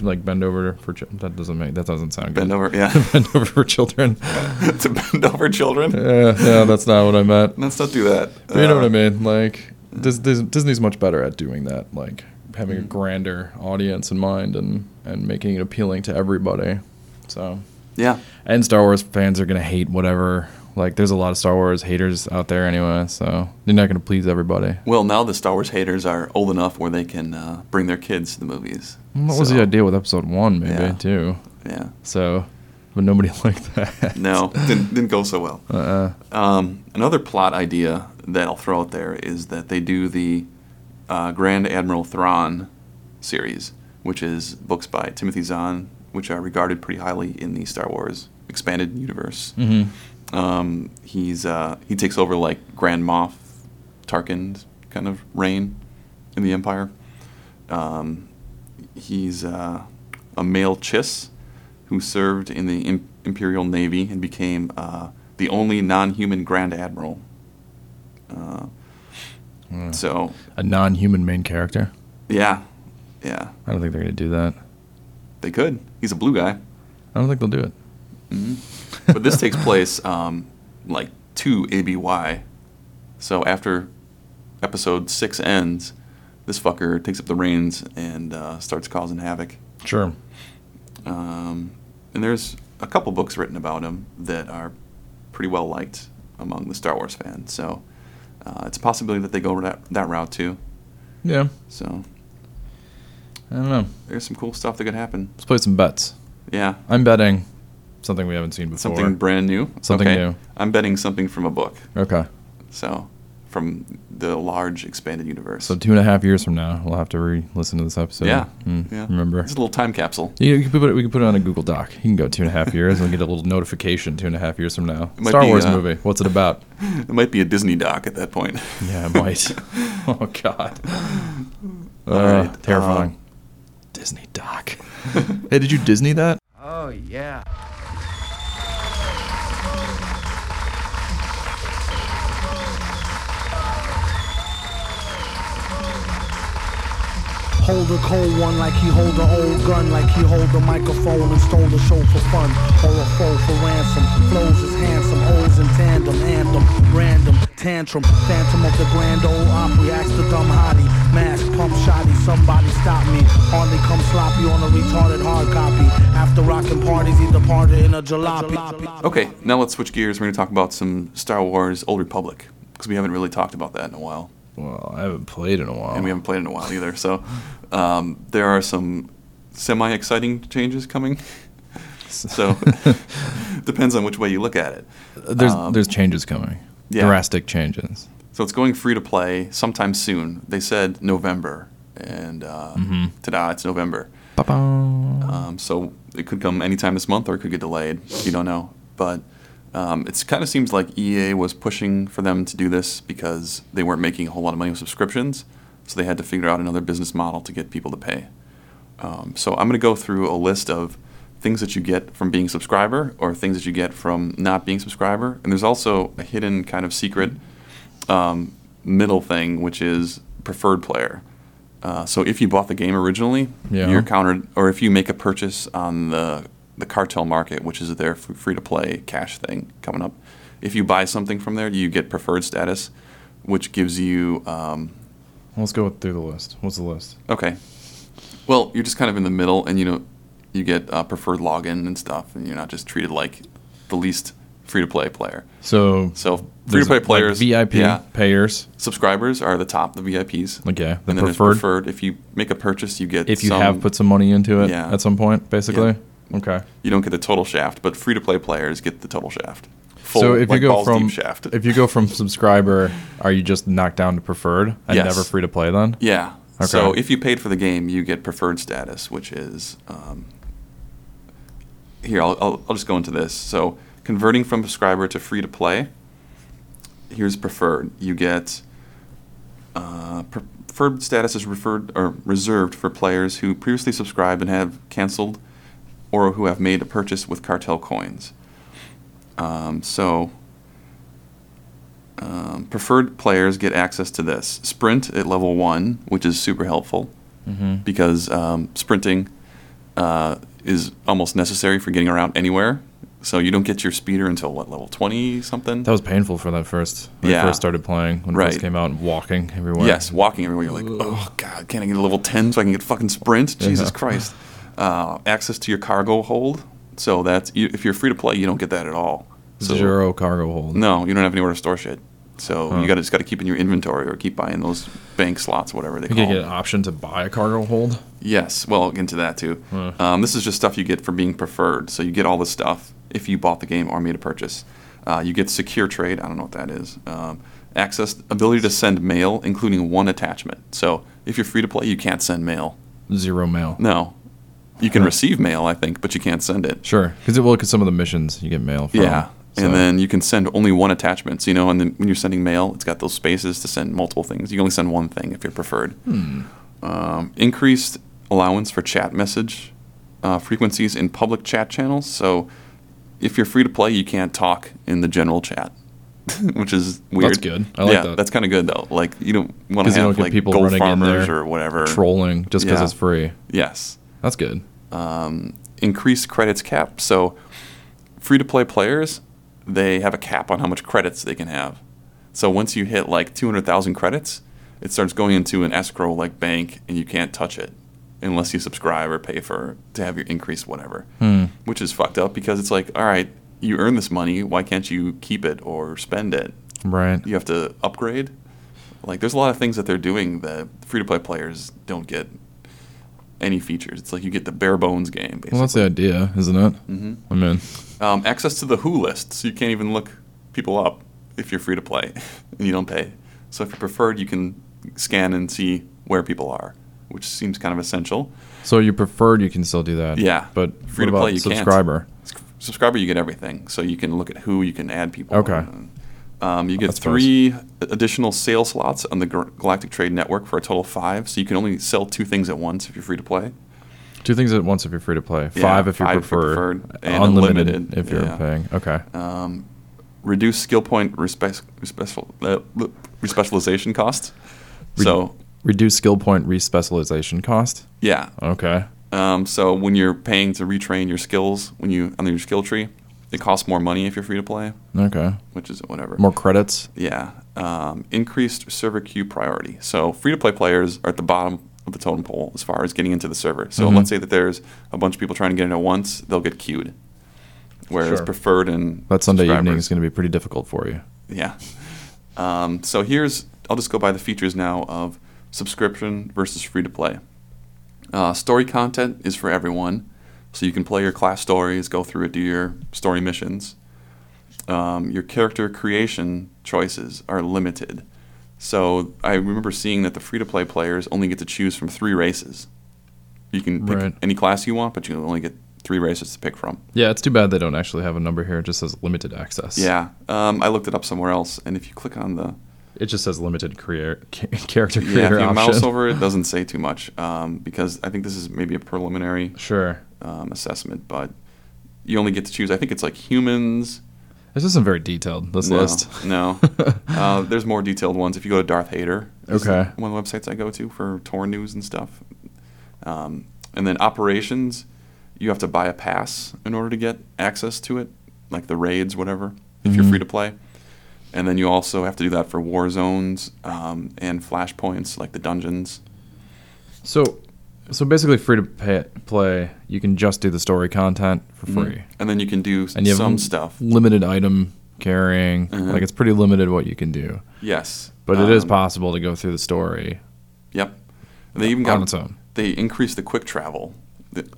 S2: like bend over for. Ch- that doesn't make that doesn't sound good.
S1: bend over. Yeah,
S2: bend over for children.
S1: to bend over children.
S2: Yeah, yeah, that's not what I meant.
S1: Let's not do that.
S2: But you know what
S1: Uh,
S2: I mean? Like, Dis- Dis- Disney's much better at doing that, like having a
S1: Mhm.
S2: grander audience in mind and and making it appealing to everybody. So,
S1: Yeah.
S2: and Star Wars fans are gonna hate whatever. Like, there's a lot of Star Wars haters out there anyway, so they're not gonna please everybody.
S1: Well, now the Star Wars haters are old enough where they can uh, bring their kids to the movies.
S2: What was
S1: So,
S2: the idea with Episode One, maybe
S1: Yeah.
S2: too?
S1: Yeah.
S2: So, but nobody liked that.
S1: No, didn't, didn't go so well.
S2: Uh-uh.
S1: Um, another plot idea that I'll throw out there is that they do the uh, Grand Admiral Thrawn series, which is books by Timothy Zahn, which are regarded pretty highly in the Star Wars expanded universe.
S2: Mm-hmm.
S1: Um, he's uh, he takes over like Grand Moff Tarkin's kind of reign in the Empire. Um, he's uh, a male Chiss who served in the Im- Imperial Navy and became uh, the only non-human Grand Admiral. Uh,
S2: Hmm.
S1: So,
S2: A non-human main character.
S1: yeah, yeah,
S2: I don't think they're gonna do that.
S1: they could. He's a blue guy.
S2: I don't think they'll do it.
S1: Mm-hmm. but this takes place um, like two ABY. So after episode six ends, this fucker takes up the reins and uh, starts causing havoc.
S2: Sure.
S1: Um, and there's a couple books written about him that are pretty well liked among the Star Wars fans. So uh, it's a possibility that they go that, that route too.
S2: Yeah.
S1: So
S2: I don't know.
S1: there's some cool stuff that could happen.
S2: Let's play some bets.
S1: Yeah,
S2: I'm betting something we haven't seen before.
S1: something brand new.
S2: Something new.
S1: I'm betting something from a book.
S2: Okay.
S1: So from the large expanded universe.
S2: So two and a half years from now, we'll have to re-listen to this episode.
S1: Yeah,
S2: and
S1: yeah.
S2: hmm, Remember.
S1: It's a little time capsule.
S2: You, you could put it, we could put it on a Google Doc. You can go two and a half years and get a little notification two and a half years from now.
S1: might
S2: Star
S1: be,
S2: Wars
S1: uh,
S2: movie. What's it about?
S1: It might be a Disney doc at that point.
S2: Yeah, it might. oh God.
S1: All
S2: Uh,
S1: right,
S2: Terrifying. Disney Doc. hey, did you Disney that?
S6: Oh, yeah.
S7: Hold a cold one like he hold a old gun, like he hold a microphone and stole the show for fun. Or a foe for ransom. Flows is handsome, hoes in tandem, anthem, random, tantrum, phantom of the grand old opry, ask the dumb hottie, mask, pump shoddy, somebody stop me. Hardly come sloppy on a retarded hard copy. After rocking parties, he departed in a jalopy.
S1: Okay, now let's switch gears. We're going to talk about some Star Wars Old Republic because we haven't really talked about that in a while,
S2: Well, I haven't played in a while.
S1: and we haven't played in a while either. So um, there are some semi-exciting changes coming. So depends on which way you look at it.
S2: there's there's changes coming.
S1: um, Yeah.
S2: Drastic changes.
S1: So it's going free to play sometime soon. They said November, and uh, ta-da, it's November.
S2: Ba-ba.
S1: Um, so it could come anytime this month or it could get delayed. You don't know. But um, it kind of seems like EA was pushing for them to do this because they weren't making a whole lot of money with subscriptions. So they had to figure out another business model to get people to pay. Um, so I'm going to go through a list of things that you get from being a subscriber or things that you get from not being a subscriber. And there's also a hidden kind of secret um, middle thing, which is preferred player. Uh, so if you bought the game originally,
S2: Yeah.
S1: you're counted, or if you make a purchase on the the cartel market, which is their free to play cash thing coming up, if you buy something from there, you get preferred status, which gives you um,
S2: Let's go through the list. What's the list?
S1: Okay. Well, you're just kind of in the middle, and you know, you get uh, preferred login and stuff, and you're not just treated like the least free to play player.
S2: So
S1: So free
S2: there's,
S1: to play
S2: like,
S1: players,
S2: VIP
S1: yeah,
S2: payers.
S1: subscribers are the top, the VIPs.
S2: Okay, the
S1: and then there's
S2: preferred.
S1: preferred. If you make a purchase, you get
S2: If you
S1: some-
S2: have put some money into it
S1: Yeah.
S2: at some point, basically. Okay.
S1: you don't get the total shaft, but free to play players get the total shaft. Full,
S2: so if
S1: like
S2: you go
S1: balls
S2: from
S1: deep shaft,
S2: if you go from subscriber, are you just knocked down to preferred and
S1: Yes.
S2: never free to play then?
S1: Yeah. So
S2: Okay.
S1: if you paid for the game, you get preferred status, which is um, here. I'll, I'll I'll just go into this. So converting from subscriber to free to play. Here's preferred. You get uh, pre- preferred status is referred or reserved for players who previously subscribed and have canceled, or who have made a purchase with cartel coins. Um, so um, preferred players get access to this sprint at level one, which is super helpful because um, sprinting uh, is almost necessary for getting around anywhere. So you don't get your speeder until what level twenty something?
S2: That was painful for that first when
S1: Yeah.
S2: I first started playing when it
S1: Right.
S2: first came out and walking everywhere.
S1: Yes, walking everywhere. You're like, oh god, can I get a level ten so I can get fucking sprint? Jesus
S2: Yeah.
S1: Christ! Uh, access to your cargo hold. So that's you, if you're free to play, you don't get that at all. So,
S2: Zero cargo hold.
S1: No, you don't have anywhere to store shit. So
S2: Huh.
S1: you got to just got to keep in your inventory or keep buying those bank slots, whatever they
S2: You
S1: call.
S2: could get
S1: them.
S2: an option to buy a cargo hold.
S1: Yes, well, I'll get into that too. Um, this is just stuff you get for being preferred. So you get all this stuff if you bought the game or made a purchase. Uh, you get secure trade. I don't know what that is. Um, access ability to send mail, including one attachment. So if you're free to play, you can't send mail.
S2: Zero mail.
S1: No, you can receive mail, I think, but you can't send it.
S2: Sure, because well, because some of the missions you get mail from.
S1: Yeah.
S2: so-
S1: And then you can send only one attachment. So, you
S2: Hmm.
S1: know, and then when you're sending mail, it's got those spaces to send multiple things. You can only send one thing if you're preferred. um, increased allowance for chat message uh, frequencies in public chat channels. So if you're free to play, you can't talk in the general chat, which is weird.
S2: good. I like
S1: yeah,
S2: that.
S1: That's kind of good though. Like you don't want to
S2: Because you don't
S1: have
S2: get
S1: like
S2: people
S1: gold
S2: running in
S1: farmers
S2: there
S1: or whatever.
S2: trolling just because
S1: Yeah.
S2: it's free.
S1: Yes.
S2: That's good.
S1: Increased credits cap. So free to play players, they have a cap on how much credits they can have. So once you hit like 200,000 credits, it starts going into an escrow like bank and you can't touch it unless you subscribe or pay for to have your increase whatever. Which is fucked up because it's like, all right, you earn this money, why can't you keep it or spend it?
S2: Right.
S1: You have to upgrade. Like there's a lot of things that they're doing that free to play players don't get any features. It's like you get the bare bones game basically.
S2: Well, that's the idea, isn't it? Mm-hmm. I mean,
S1: Um, access to the Who list, so you can't even look people up if you're free to play and you don't pay. So if you preferred, you can scan and see where people are, which seems kind of essential.
S2: so you preferred you can still do that.
S1: Yeah,
S2: But
S1: free
S2: what
S1: to
S2: about
S1: play, you can't.
S2: subscriber?
S1: S- subscriber, you get everything, so you can look at who you can add people.
S2: Okay.
S1: Um, you get
S2: That's nice.
S1: three additional sale slots on the Gal- Galactic Trade Network for a total of five, so you can only sell two things at once if you're free to play.
S2: Two things at once if you're free to play.
S1: Yeah,
S2: five if you
S1: five if you
S2: prefer.
S1: preferred, and
S2: unlimited,
S1: unlimited,
S2: if you're
S1: yeah.
S2: paying. Okay.
S1: Um, reduce skill point respec- respectful- uh, l- respecialization costs. so
S2: Reduce skill point respecialization cost.
S1: yeah,
S2: Okay.
S1: um, so when you're paying to retrain your skills when you on your skill tree, it costs more money if you're free to play,
S2: Okay.
S1: which is whatever.
S2: More credits.
S1: Yeah, um, increased server queue priority. So free to play players are at the bottom of the totem pole as far as getting into the server. So
S2: Mm-hmm.
S1: let's say that there's a bunch of people trying to get in at once, they'll get queued. Whereas
S2: Sure.
S1: preferred and
S2: That Sunday evening
S1: subscribers-
S2: is going to be pretty difficult for you.
S1: Yeah. Um, so here's, I'll just go by the features now of subscription versus free to play. Uh, story content is for everyone, so you can play your class stories, go through it, do your story missions. Um, your character creation choices are limited. So I remember seeing that the free to play players only get to choose from three races. You can pick
S2: Right.
S1: any class you want, but you only get three races to pick from.
S2: Yeah, it's too bad they don't actually have a number here. It just says limited access.
S1: Yeah, um, I looked it up somewhere else, and if you click on the
S2: It just says limited career, ca- character
S1: Yeah, if
S2: creator
S1: you mouse
S2: option.
S1: over it, it doesn't say too much um, because I think this is maybe a preliminary
S2: Sure.
S1: um, assessment, but you only get to choose. I think it's like humans.
S2: This isn't very detailed, this
S1: No,
S2: list.
S1: no. uh, there's more detailed ones. If you go to Darth Hader, is
S2: Okay.
S1: one of the websites I go to for tour news and stuff. Um, and then operations, you have to buy a pass in order to get access to it, like the raids, whatever. If
S2: Mm-hmm.
S1: you're free to play. And then you also have to do that for war zones um, and flashpoints, like the dungeons.
S2: So, so basically, free to pay, play, you can just do the story content for free,
S1: and then you can do
S2: and you have
S1: some
S2: m-
S1: stuff.
S2: limited item carrying.
S1: Uh-huh.
S2: Like it's pretty limited what you can do,
S1: Yes,
S2: but it is
S1: Um,
S2: possible to go through the story
S1: Yep, and they even
S2: on
S1: got
S2: its own.
S1: they increased the quick travel, The-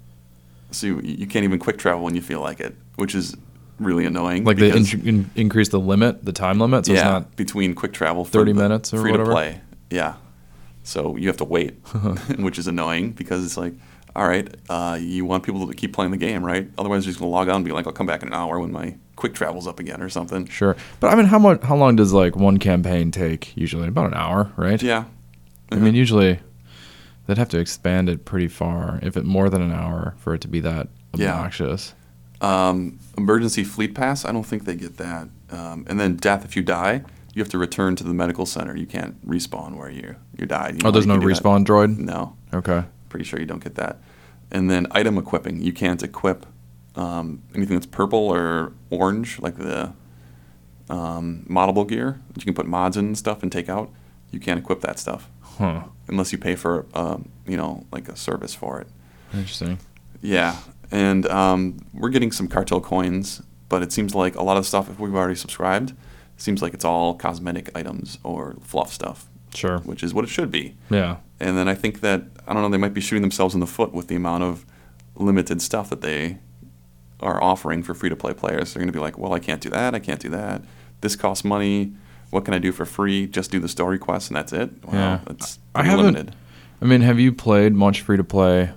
S1: so you, you can't even quick travel when you feel like it, which is really annoying.
S2: Like they
S1: because-
S2: in- in- increase the limit, the time limit, so
S1: yeah
S2: it's not
S1: between quick travel for
S2: 30
S1: the
S2: minutes or
S1: free
S2: whatever? Uh-huh.
S1: to play. Yeah, so you have to wait, which is annoying because it's like. All right, uh, you want people to keep playing the game, right? Otherwise, you're just gonna log on and be like, "I'll come back in an hour when my quick travel's up again" or something.
S2: sure. But I mean, how much? How long does like one campaign take? Usually about an hour, right?
S1: Yeah,
S2: I mean, usually they'd have to expand it pretty far, if it more than an hour, for it to be that
S1: Yeah.
S2: obnoxious.
S1: Um, emergency fleet pass, I don't think they get that. Um, and then death, if you die, you have to return to the medical center. You can't respawn where you you died. You know,
S2: Oh, there's
S1: you
S2: no
S1: can do that.
S2: respawn droid.
S1: No,
S2: Okay.
S1: pretty sure you don't get that. And then item equipping, you can't equip um, anything that's purple or orange, like the um, moddable gear that you can put mods in and stuff and take out. You can't equip that stuff
S2: Huh.
S1: unless you pay for um, you know like a service for it.
S2: Interesting.
S1: Yeah, and um, we're getting some cartel coins, but it seems like a lot of stuff if we've already subscribed, it seems like it's all cosmetic items or fluff stuff,
S2: Sure.
S1: which is what it should be.
S2: Yeah.
S1: And then I think that I don't know they might be shooting themselves in the foot with the amount of limited stuff that they are offering for free to play players. They're going to be like, well, I can't do that, I can't do that. This costs money. What can I do for free? Just do the story quests and that's it. Wow,
S2: Yeah.
S1: that's
S2: I
S1: pretty
S2: haven't-
S1: limited.
S2: I mean, have you played much free to play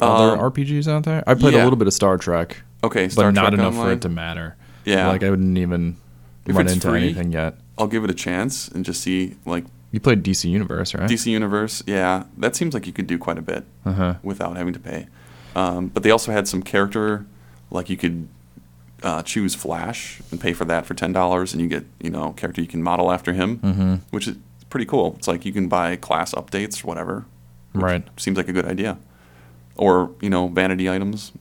S1: Um,
S2: other RPGs out there? I played
S1: yeah.
S2: a little bit of Star Trek,
S1: Okay,
S2: but
S1: Star
S2: not
S1: Trek
S2: enough for
S1: Online.
S2: it to matter.
S1: Yeah.
S2: Like I wouldn't even
S1: If
S2: run
S1: it's
S2: into
S1: free,
S2: anything yet.
S1: I'll give it a chance and just see like
S2: You played DC Universe, right?
S1: DC Universe, yeah, that seems like you could do quite a bit
S2: Uh-huh.
S1: without having to pay. Um, but they also had some character, like you could uh, choose Flash and pay for that for ten dollars, and you get you know character you can model after him,
S2: Mm-hmm.
S1: which is pretty cool. It's like you can buy class updates, or whatever.
S2: Right.
S1: Seems like a good idea, or you know vanity items.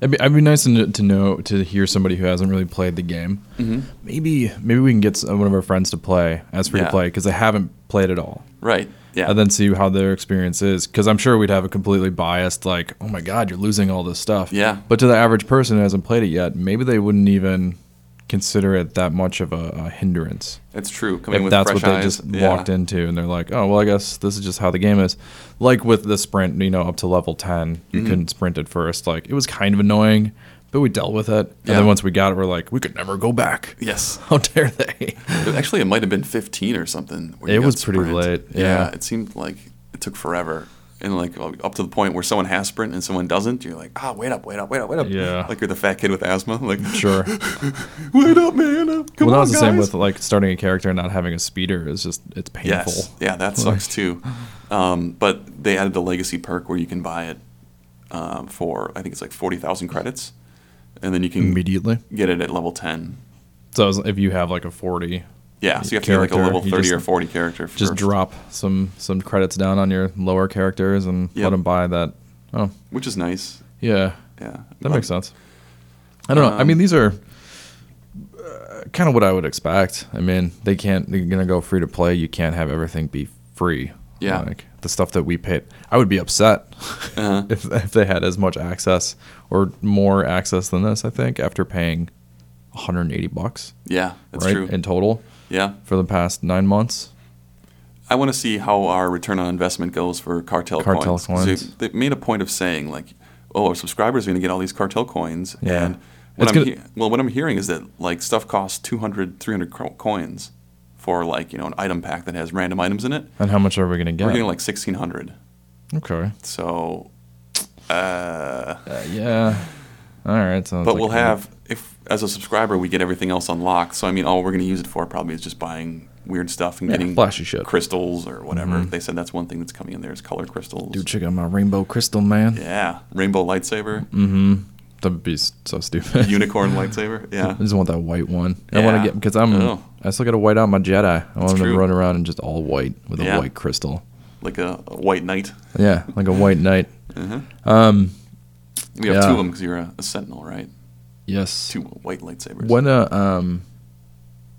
S2: It'd be, it'd be nice to kn- to know to hear somebody who hasn't really played the game.
S1: Mm-hmm.
S2: Maybe maybe we can get s- one of our friends to play as free
S1: Yeah.
S2: to play because they haven't played at all,
S1: Right. Yeah.
S2: and then see how their experience is. Because I'm sure we'd have a completely biased like, oh my god, you're losing all this stuff.
S1: Yeah.
S2: But to the average person who hasn't played it yet, maybe they wouldn't even consider it that much of a, a hindrance
S1: it's true. Coming
S2: if
S1: with
S2: that's
S1: fresh
S2: what they
S1: eyes,
S2: just
S1: yeah.
S2: walked into and they're like, oh, well, I guess this is just how the game is. Like with the sprint, you know, up to level 10, you
S1: Mm-hmm.
S2: couldn't sprint at first. Like it was kind of annoying, but we dealt with it. And
S1: Yeah.
S2: then once we got it, we're like, we could never go back.
S1: Yes.
S2: How dare they?
S1: Actually, it might have been 15 or something. where you
S2: It
S1: got
S2: was pretty late, yeah.
S1: it seemed like it took forever. And like uh, up to the point where someone has sprint and someone doesn't, you're like, ah, wait up, wait up, wait up, wait up.
S2: Yeah.
S1: Like you're the fat kid with asthma. Like,
S2: sure.
S1: wait up, man. uh, Come on,
S2: well, that was the
S1: guys.
S2: same with like starting a character and not having a speeder. It's just, it's painful.
S1: Yes. Yeah, that sucks too. Um, but they added the legacy perk where you can buy it um, for I think it's like 40,000 credits, and then you can
S2: Immediately.
S1: get it at level 10.
S2: So as- if you have like a 40,
S1: Yeah, so you have to get like a
S2: Character,
S1: level
S2: you
S1: 30 or
S2: just-
S1: 40 character. First.
S2: just drop some, some credits down on your lower characters and let 'em let
S1: Yep.
S2: them buy that. Oh,
S1: which is nice.
S2: yeah.
S1: Yeah,
S2: That
S1: But- um,
S2: makes sense. I don't know. I mean, these are uh, kind of what I would expect. I mean, they can't. They're gonna go free to play. You can't have everything be free.
S1: Yeah.
S2: Like the stuff that we paid. I would be upset
S1: Uh-huh.
S2: if if they had as much access or more access than this. I think after paying 180 bucks,
S1: Yeah, that's
S2: right,
S1: true.
S2: in total
S1: yeah,
S2: for the past nine months.
S1: I want to see how our return on investment goes for cartel,
S2: Cartel
S1: coins. 'Cause they-
S2: coins.
S1: They, made a point of saying like, "Oh, our subscribers are going to get all these cartel coins."
S2: Yeah.
S1: And what
S2: It's
S1: I'm
S2: gonna-
S1: hea- well, what I'm hearing is that like stuff costs 200, 300 co- coins for like you know an item pack that has random items in it.
S2: And how much are we gonna get?
S1: We're getting like sixteen hundred.
S2: okay.
S1: So,
S2: Uh, yeah. All right. So. it's
S1: but
S2: like-
S1: we'll have if as a subscriber we get everything else unlocked. So I mean, all we're going to use it for probably is just buying weird stuff and
S2: Yeah,
S1: getting
S2: flashy shit. Mm-hmm.
S1: crystals or whatever. They said that's one thing that's coming in there is color crystals.
S2: Dude, check out my rainbow crystal, man.
S1: Yeah, rainbow lightsaber,
S2: That'd be s- so stupid.
S1: unicorn lightsaber. Yeah,
S2: I just want that white one. I want
S1: Yeah.
S2: to get because I'm.
S1: Oh.
S2: I still got to white out my Jedi. I want him to
S1: true.
S2: run around in just all white with
S1: Yeah.
S2: a white crystal.
S1: like a, a white knight.
S2: Yeah, like a white knight.
S1: We have
S2: Yeah.
S1: two of them because you're a, a sentinel, right?
S2: Yes.
S1: Two white lightsabers.
S2: When uh um,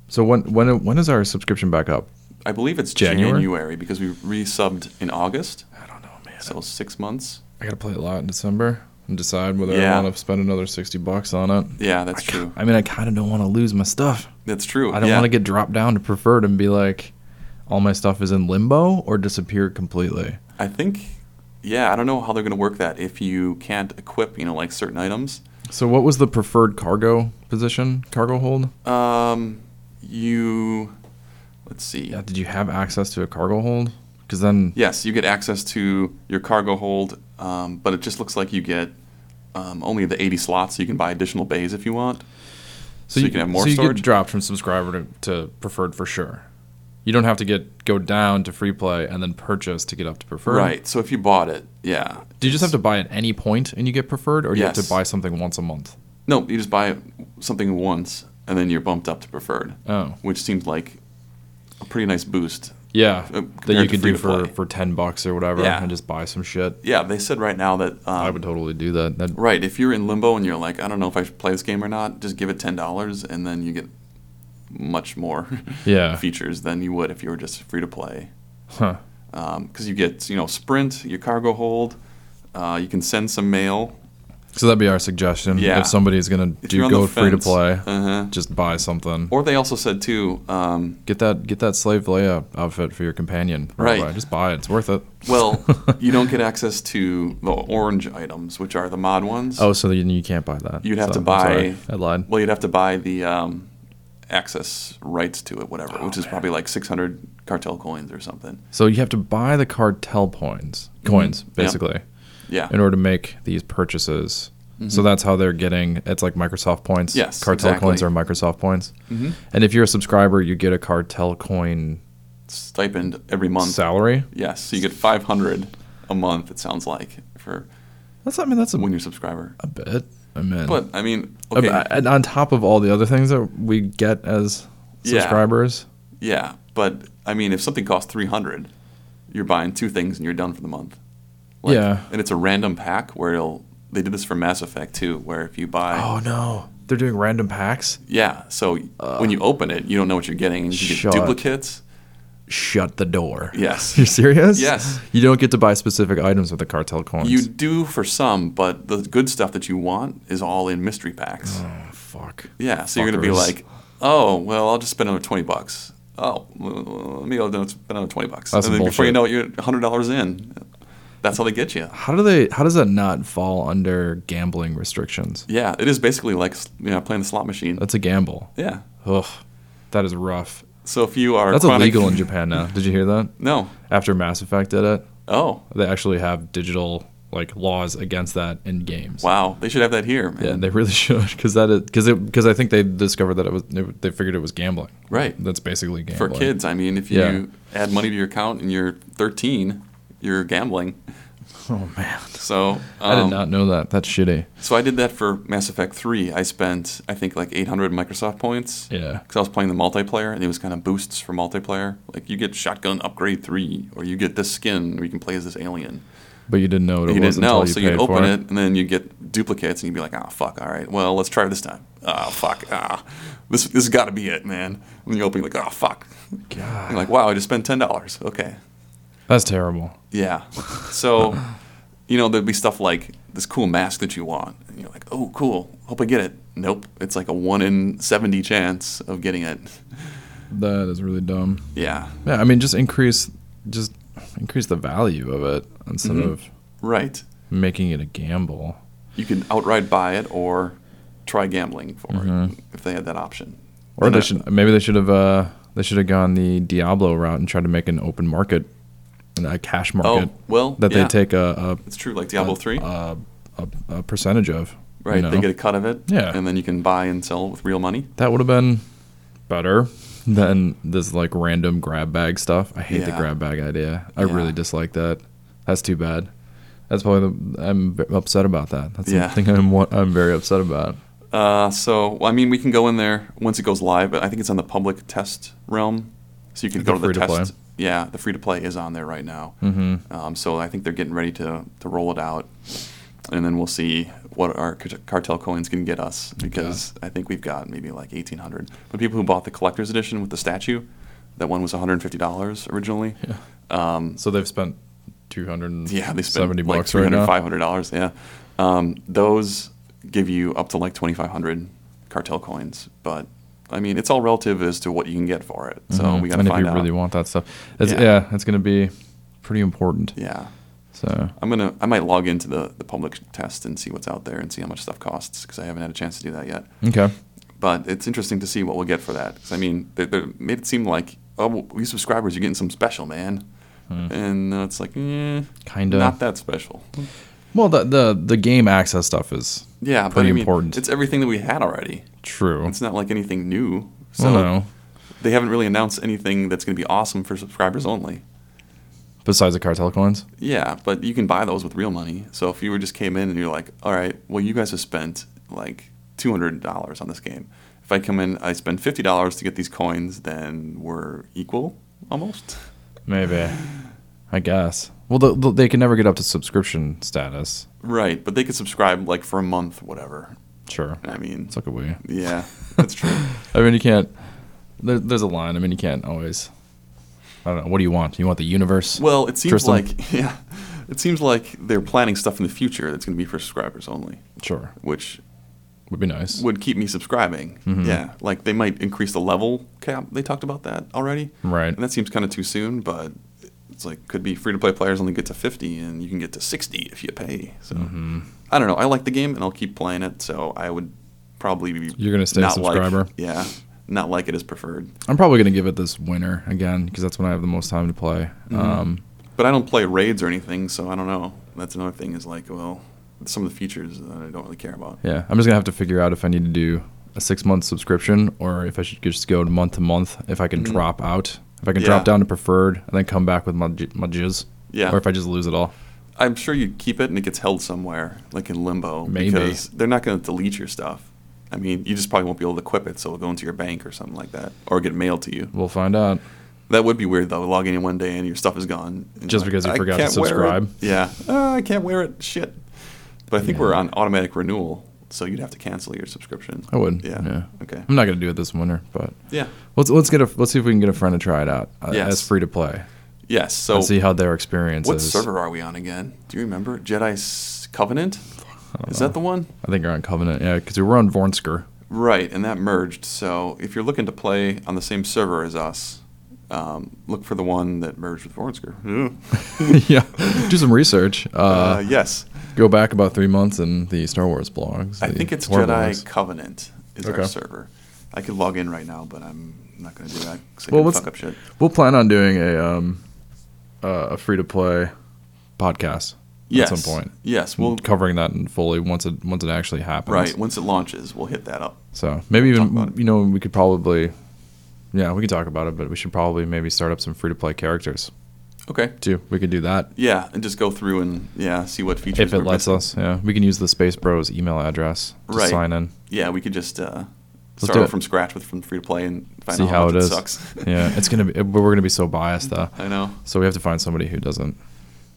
S2: so when when when is our subscription back up?
S1: I believe it's
S2: January?
S1: January, because we resubbed in August,
S2: I don't know, man.
S1: so six months.
S2: I gotta play a lot in December and decide whether
S1: Yeah.
S2: I want to spend another sixty bucks on it.
S1: Yeah, that's true.
S2: I mean, I kind of don't want to lose my stuff.
S1: That's true.
S2: I don't
S1: yeah.
S2: want to get dropped down to preferred and be like, all my stuff is in limbo or disappear completely.
S1: I think. Yeah, I don't know how they're going to work that if you can't equip, you know, like certain items.
S2: So what was the preferred cargo position? Cargo hold?
S1: Um, you, let's see.
S2: Yeah, did you have access to a cargo hold? Because then,
S1: Yes, you get access to your cargo hold, um, but it just looks like you get um, only the 80 slots. So you can buy additional bays if you want. So, you, can have more
S2: so you
S1: storage.
S2: get dropped from subscriber to, to preferred for sure. You don't have to get go down to free play and then purchase to get up to preferred.
S1: right. So if you bought it, yeah.
S2: Do you just have to buy at any point and you get preferred, or do you have
S1: Yes.
S2: to buy something once a month?
S1: No, you just buy something once, and then you're bumped up to preferred.
S2: Oh.
S1: Which seemed like a pretty nice boost.
S2: Yeah, that
S1: Uh, compared
S2: you
S1: to
S2: could
S1: free
S2: do
S1: to
S2: for,
S1: play.
S2: for ten bucks or whatever,
S1: Yeah.
S2: and just buy some shit.
S1: Yeah, they said right now that. Um,
S2: I would totally do that. That
S1: Right. If you're in limbo and you're like, I don't know if I should play this game or not, just give it ten dollars, and then you get much more
S2: Yeah.
S1: features than you would if you were just free to play.
S2: Uh-huh. huh?
S1: because you get you know sprint your cargo hold uh, you can send some mail
S2: So that'd be our suggestion.
S1: Yeah.
S2: If somebody's gonna
S1: If you're
S2: do
S1: on
S2: go
S1: the
S2: free to
S1: fence,
S2: play,
S1: uh-huh.
S2: just buy something.
S1: or they also said too um,
S2: Get that get that slave Leia outfit for your companion.
S1: Right.
S2: Right. Just buy it. It's worth it.
S1: well you don't get access to the orange items which are the mod ones
S2: Oh, so then you can't buy that.
S1: you'd have
S2: So,
S1: to
S2: I'm
S1: buy
S2: sorry. I lied.
S1: well you'd have to buy the um, access rights to it whatever
S2: Oh,
S1: which is probably like 600 cartel coins or something
S2: So you have to buy the cartel coins, coins basically,
S1: Mm-hmm. yeah Mm-hmm.
S2: in order to make these purchases. So that's how they're getting. It's like Microsoft points.
S1: Yes,
S2: cartel coins
S1: exactly. Mm-hmm.
S2: are Microsoft points. And if you're a subscriber, you get a cartel coin
S1: stipend every month.
S2: salary.
S1: Yes, so you get 500 a month. It sounds like for
S2: That's I mean that's a,
S1: when you're a subscriber.
S2: a bit. I mean,
S1: But I mean,
S2: I mean,
S1: okay,
S2: I- and on top of all the other things that we get as
S1: Yeah.
S2: subscribers,
S1: yeah, but I mean, if something costs 300, you're buying two things and you're done for the month.
S2: Yeah.
S1: and it's a random pack where it'll. They did this for Mass Effect too, where if you buy,
S2: oh no, they're doing random packs.
S1: yeah, so when
S2: Uh,
S1: you open it, you don't know what you're getting. You
S2: Shut.
S1: get duplicates.
S2: Shut the door.
S1: Yes.
S2: You're serious?
S1: Yes.
S2: You don't get to buy specific items with the cartel coins.
S1: You do for some, but the good stuff that you want is all in mystery packs.
S2: Oh, fuck.
S1: Yeah, so you're gonna be
S2: Fuckers.
S1: like, oh, well, I'll just spend another twenty bucks. Oh, well, maybe I'll don't spend another twenty bucks.
S2: That's
S1: and then before
S2: bullshit.
S1: you know it, you're hundred dollars in. That's how they get you.
S2: How do they? How does that not fall under gambling restrictions?
S1: Yeah, it is basically like you know playing the slot machine.
S2: That's a gamble.
S1: yeah.
S2: Ugh, that is rough.
S1: So if you are
S2: That's
S1: chronic-
S2: illegal in Japan now. Did you hear that?
S1: no.
S2: After Mass Effect did it,
S1: Oh
S2: they actually have digital like laws against that in games.
S1: wow, they should have that here, man.
S2: Yeah, they really should because that is because it because I think they discovered that it was they figured it was gambling.
S1: Right.
S2: That's basically
S1: for
S2: gambling
S1: kids, I mean, if you
S2: Yeah.
S1: add money to your account and you're 13, you're gambling.
S2: Oh man,
S1: So
S2: I
S1: um,
S2: did not know that. That's shitty.
S1: So I did that for Mass Effect 3. I spent, I think, like 800 Microsoft points.
S2: Yeah.
S1: Because I was playing the multiplayer, and it was kind of boosts for multiplayer. Like, you get Shotgun Upgrade 3, or you get this skin, or you can play as this alien.
S2: But you didn't know what it
S1: you
S2: was
S1: didn't know,
S2: until you
S1: so
S2: paid
S1: you'd open
S2: for
S1: it. and then you get duplicates, and you'd be like, oh, fuck, all right, well, let's try this time. Oh, fuck, ah, this, this has got to be it, man. And you open, you're like, oh, fuck.
S2: God.
S1: You're like, wow, I just spent $10. Okay.
S2: That's terrible.
S1: Yeah. So, you know, there'd be stuff like this cool mask that you want. And you're like, oh, cool. Hope I get it. Nope. It's like a 1 in 70 chance of getting it.
S2: That is really dumb.
S1: Yeah.
S2: Yeah, I mean, just increase, just increase the value of it instead
S1: Mm-hmm.
S2: of
S1: Right.
S2: making it a gamble.
S1: You could outright buy it or try gambling for it if they had that option.
S2: Mm-hmm. Or
S1: And
S2: they
S1: I-
S2: should maybe they should have uh they should have gone the Diablo route and tried to make an open market, and a cash market.
S1: Oh, well,
S2: that
S1: yeah.
S2: they take a
S1: It's true, like
S2: Uh,
S1: Diablo 3.
S2: a, a, a, a percentage of.
S1: right.
S2: you know?
S1: They get a cut of it.
S2: Yeah.
S1: And then you can buy and sell with real money.
S2: that would have been better than this like random grab bag stuff. I hate the
S1: Yeah.
S2: grab bag idea. I
S1: Yeah.
S2: really dislike that. That's too bad. That's probably the, I'm v- upset about that. That's
S1: Yeah.
S2: something I'm wa- I'm very upset about.
S1: Uh, so, well, I mean, we can go in there once it goes live, but I think it's on the public test realm. So you can
S2: The
S1: go to the
S2: free-to-play.
S1: test. Yeah, the free to play is on there right now. Mm-hmm. Um, so I think they're getting ready to, to roll it out. And then we'll see what our c- cartel coins can get us because I think we've got maybe like 1800 But people who bought the collector's edition with the statue, that one was $150 originally. Yeah,
S2: So they've spent 200
S1: they spent
S2: 70
S1: like
S2: bucks right now.
S1: $500. Yeah. Um, those give you up to like 2500 cartel coins. But I mean, it's all relative as to what you can get for it. So we got to
S2: Mm-hmm. and
S1: find
S2: if you
S1: out.
S2: really want that stuff, that's,
S1: Yeah.
S2: yeah. that's going to be pretty important.
S1: yeah.
S2: So
S1: I'm gonna. I might log into the the public test and see what's out there and see how much stuff costs because I haven't had a chance to do that yet.
S2: okay,
S1: But it's interesting to see what we'll get for that. 'Cause, I mean, they, they made it seem like oh, you subscribers, you're getting some special, man.
S2: Hmm.
S1: And uh, it's like, eh,
S2: Kinda.
S1: not that special.
S2: well the the the game access stuff is
S1: Yeah, but
S2: pretty
S1: I mean,
S2: important.
S1: It's everything that we had already.
S2: true.
S1: It's not like anything new. So
S2: well, no,
S1: they haven't really announced anything that's gonna be awesome for subscribers only.
S2: besides the cartel coins.
S1: Yeah, but you can buy those with real money. So if you were just came in and you're like, all right, well, you guys have spent like two hundred dollars on this game. If I come in, I spend fifty dollars to get these coins, then we're equal almost.
S2: Maybe. I guess. Well, the, the, they can never get up to subscription status.
S1: Right, but they could subscribe like for a month, whatever.
S2: Sure.
S1: I mean,
S2: It's like a way.
S1: yeah, that's true.
S2: I mean, you can't. There, there's a line. I mean, you can't always. I don't know. What do you want? You want the universe?
S1: Well, it seems
S2: Tristan?
S1: like yeah, it seems like they're planning stuff in the future that's going to be for subscribers only,
S2: Sure.
S1: which
S2: Would be nice.
S1: would keep me subscribing.
S2: Mm-hmm.
S1: Yeah, like they might increase the level cap. They talked about that already.
S2: Right.
S1: And that seems kind of too soon, but it's like could be free to play players only get to 50 and you can get to 60 if you pay. So
S2: Mm-hmm.
S1: I don't know. I like the game and I'll keep playing it, so I would probably be
S2: You're gonna stay a
S1: not like-
S2: subscriber?
S1: yeah. Not like it is preferred.
S2: I'm probably gonna give it this winter again because that's when I have the most time to play.
S1: Mm-hmm.
S2: Um,
S1: But I don't play raids or anything, so I don't know. That's another thing is like, well, some of the features that I don't really care about.
S2: yeah, I'm just gonna have to figure out if I need to do a six month subscription or if I should just go to month to month. If I can drop out If I
S1: Mm-hmm.
S2: can
S1: Yeah.
S2: drop down to preferred and then come back with my j- my jizz,
S1: Yeah.
S2: or if I just lose it all,
S1: I'm sure you keep it and it gets held somewhere, like in limbo,
S2: Maybe.
S1: because they're not going to delete your stuff. I mean, you just probably won't be able to equip it, so it'll go into your bank or something like that, or get mailed to you.
S2: we'll find out.
S1: That would be weird though. Log in one day and your stuff is gone. And
S2: Just
S1: you're
S2: because you
S1: "I
S2: forgot to
S1: can't wear it."
S2: subscribe.
S1: Yeah, "Uh, I can't wear it. Shit. But I think
S2: Yeah. Oh.
S1: we're on automatic renewal, so you'd have to cancel your subscription.
S2: I would.
S1: Yeah.
S2: yeah.
S1: Okay.
S2: I'm not gonna do it this winter, but
S1: Yeah.
S2: let's let's get a let's see if we can get a friend to try it out. Uh,
S1: Yes.
S2: That's free to play.
S1: Yes. So
S2: Let's see how their experience
S1: what
S2: is.
S1: server are we on again? Do you remember Jedi S- Covenant? Is that the one?
S2: I think we're on Covenant. Yeah, because we were on Vornsker.
S1: Right, and that merged. So if you're looking to play on the same server as us, um, look for the one that merged with Voronsker.
S2: yeah. Do some research. Uh,
S1: Uh, yes,
S2: go back about three months in the Star Wars blogs.
S1: I
S2: the
S1: think it's
S2: horror
S1: Jedi
S2: blogs.
S1: Covenant is our
S2: Okay.
S1: server. I could log in right now, but I'm not going to do that. 'cause I
S2: Well,
S1: can
S2: let's-
S1: fuck up shit.
S2: We'll plan on doing a um, uh, a free to play podcast
S1: Yes.
S2: at some point.
S1: Yes, we'll
S2: covering that in fully once it once it actually happens.
S1: right once it launches, we'll hit that up.
S2: So maybe
S1: Talk about
S2: even
S1: it.
S2: you know we could probably, yeah, we could talk about it, but we should probably maybe start up some free to play characters
S1: Okay.
S2: too. We could do that
S1: Yeah, and just go through and yeah, see what features.
S2: if it
S1: we're
S2: lets
S1: missing.
S2: us. Yeah, we can use the Space Bros email address to
S1: Right.
S2: sign in.
S1: Yeah, we could just uh,
S2: do
S1: start off
S2: it.
S1: from scratch with from free to play and find
S2: see
S1: out
S2: how
S1: much
S2: it is.
S1: sucks.
S2: yeah, it's gonna be. But we're gonna be so biased though.
S1: I know.
S2: So we have to find somebody who doesn't.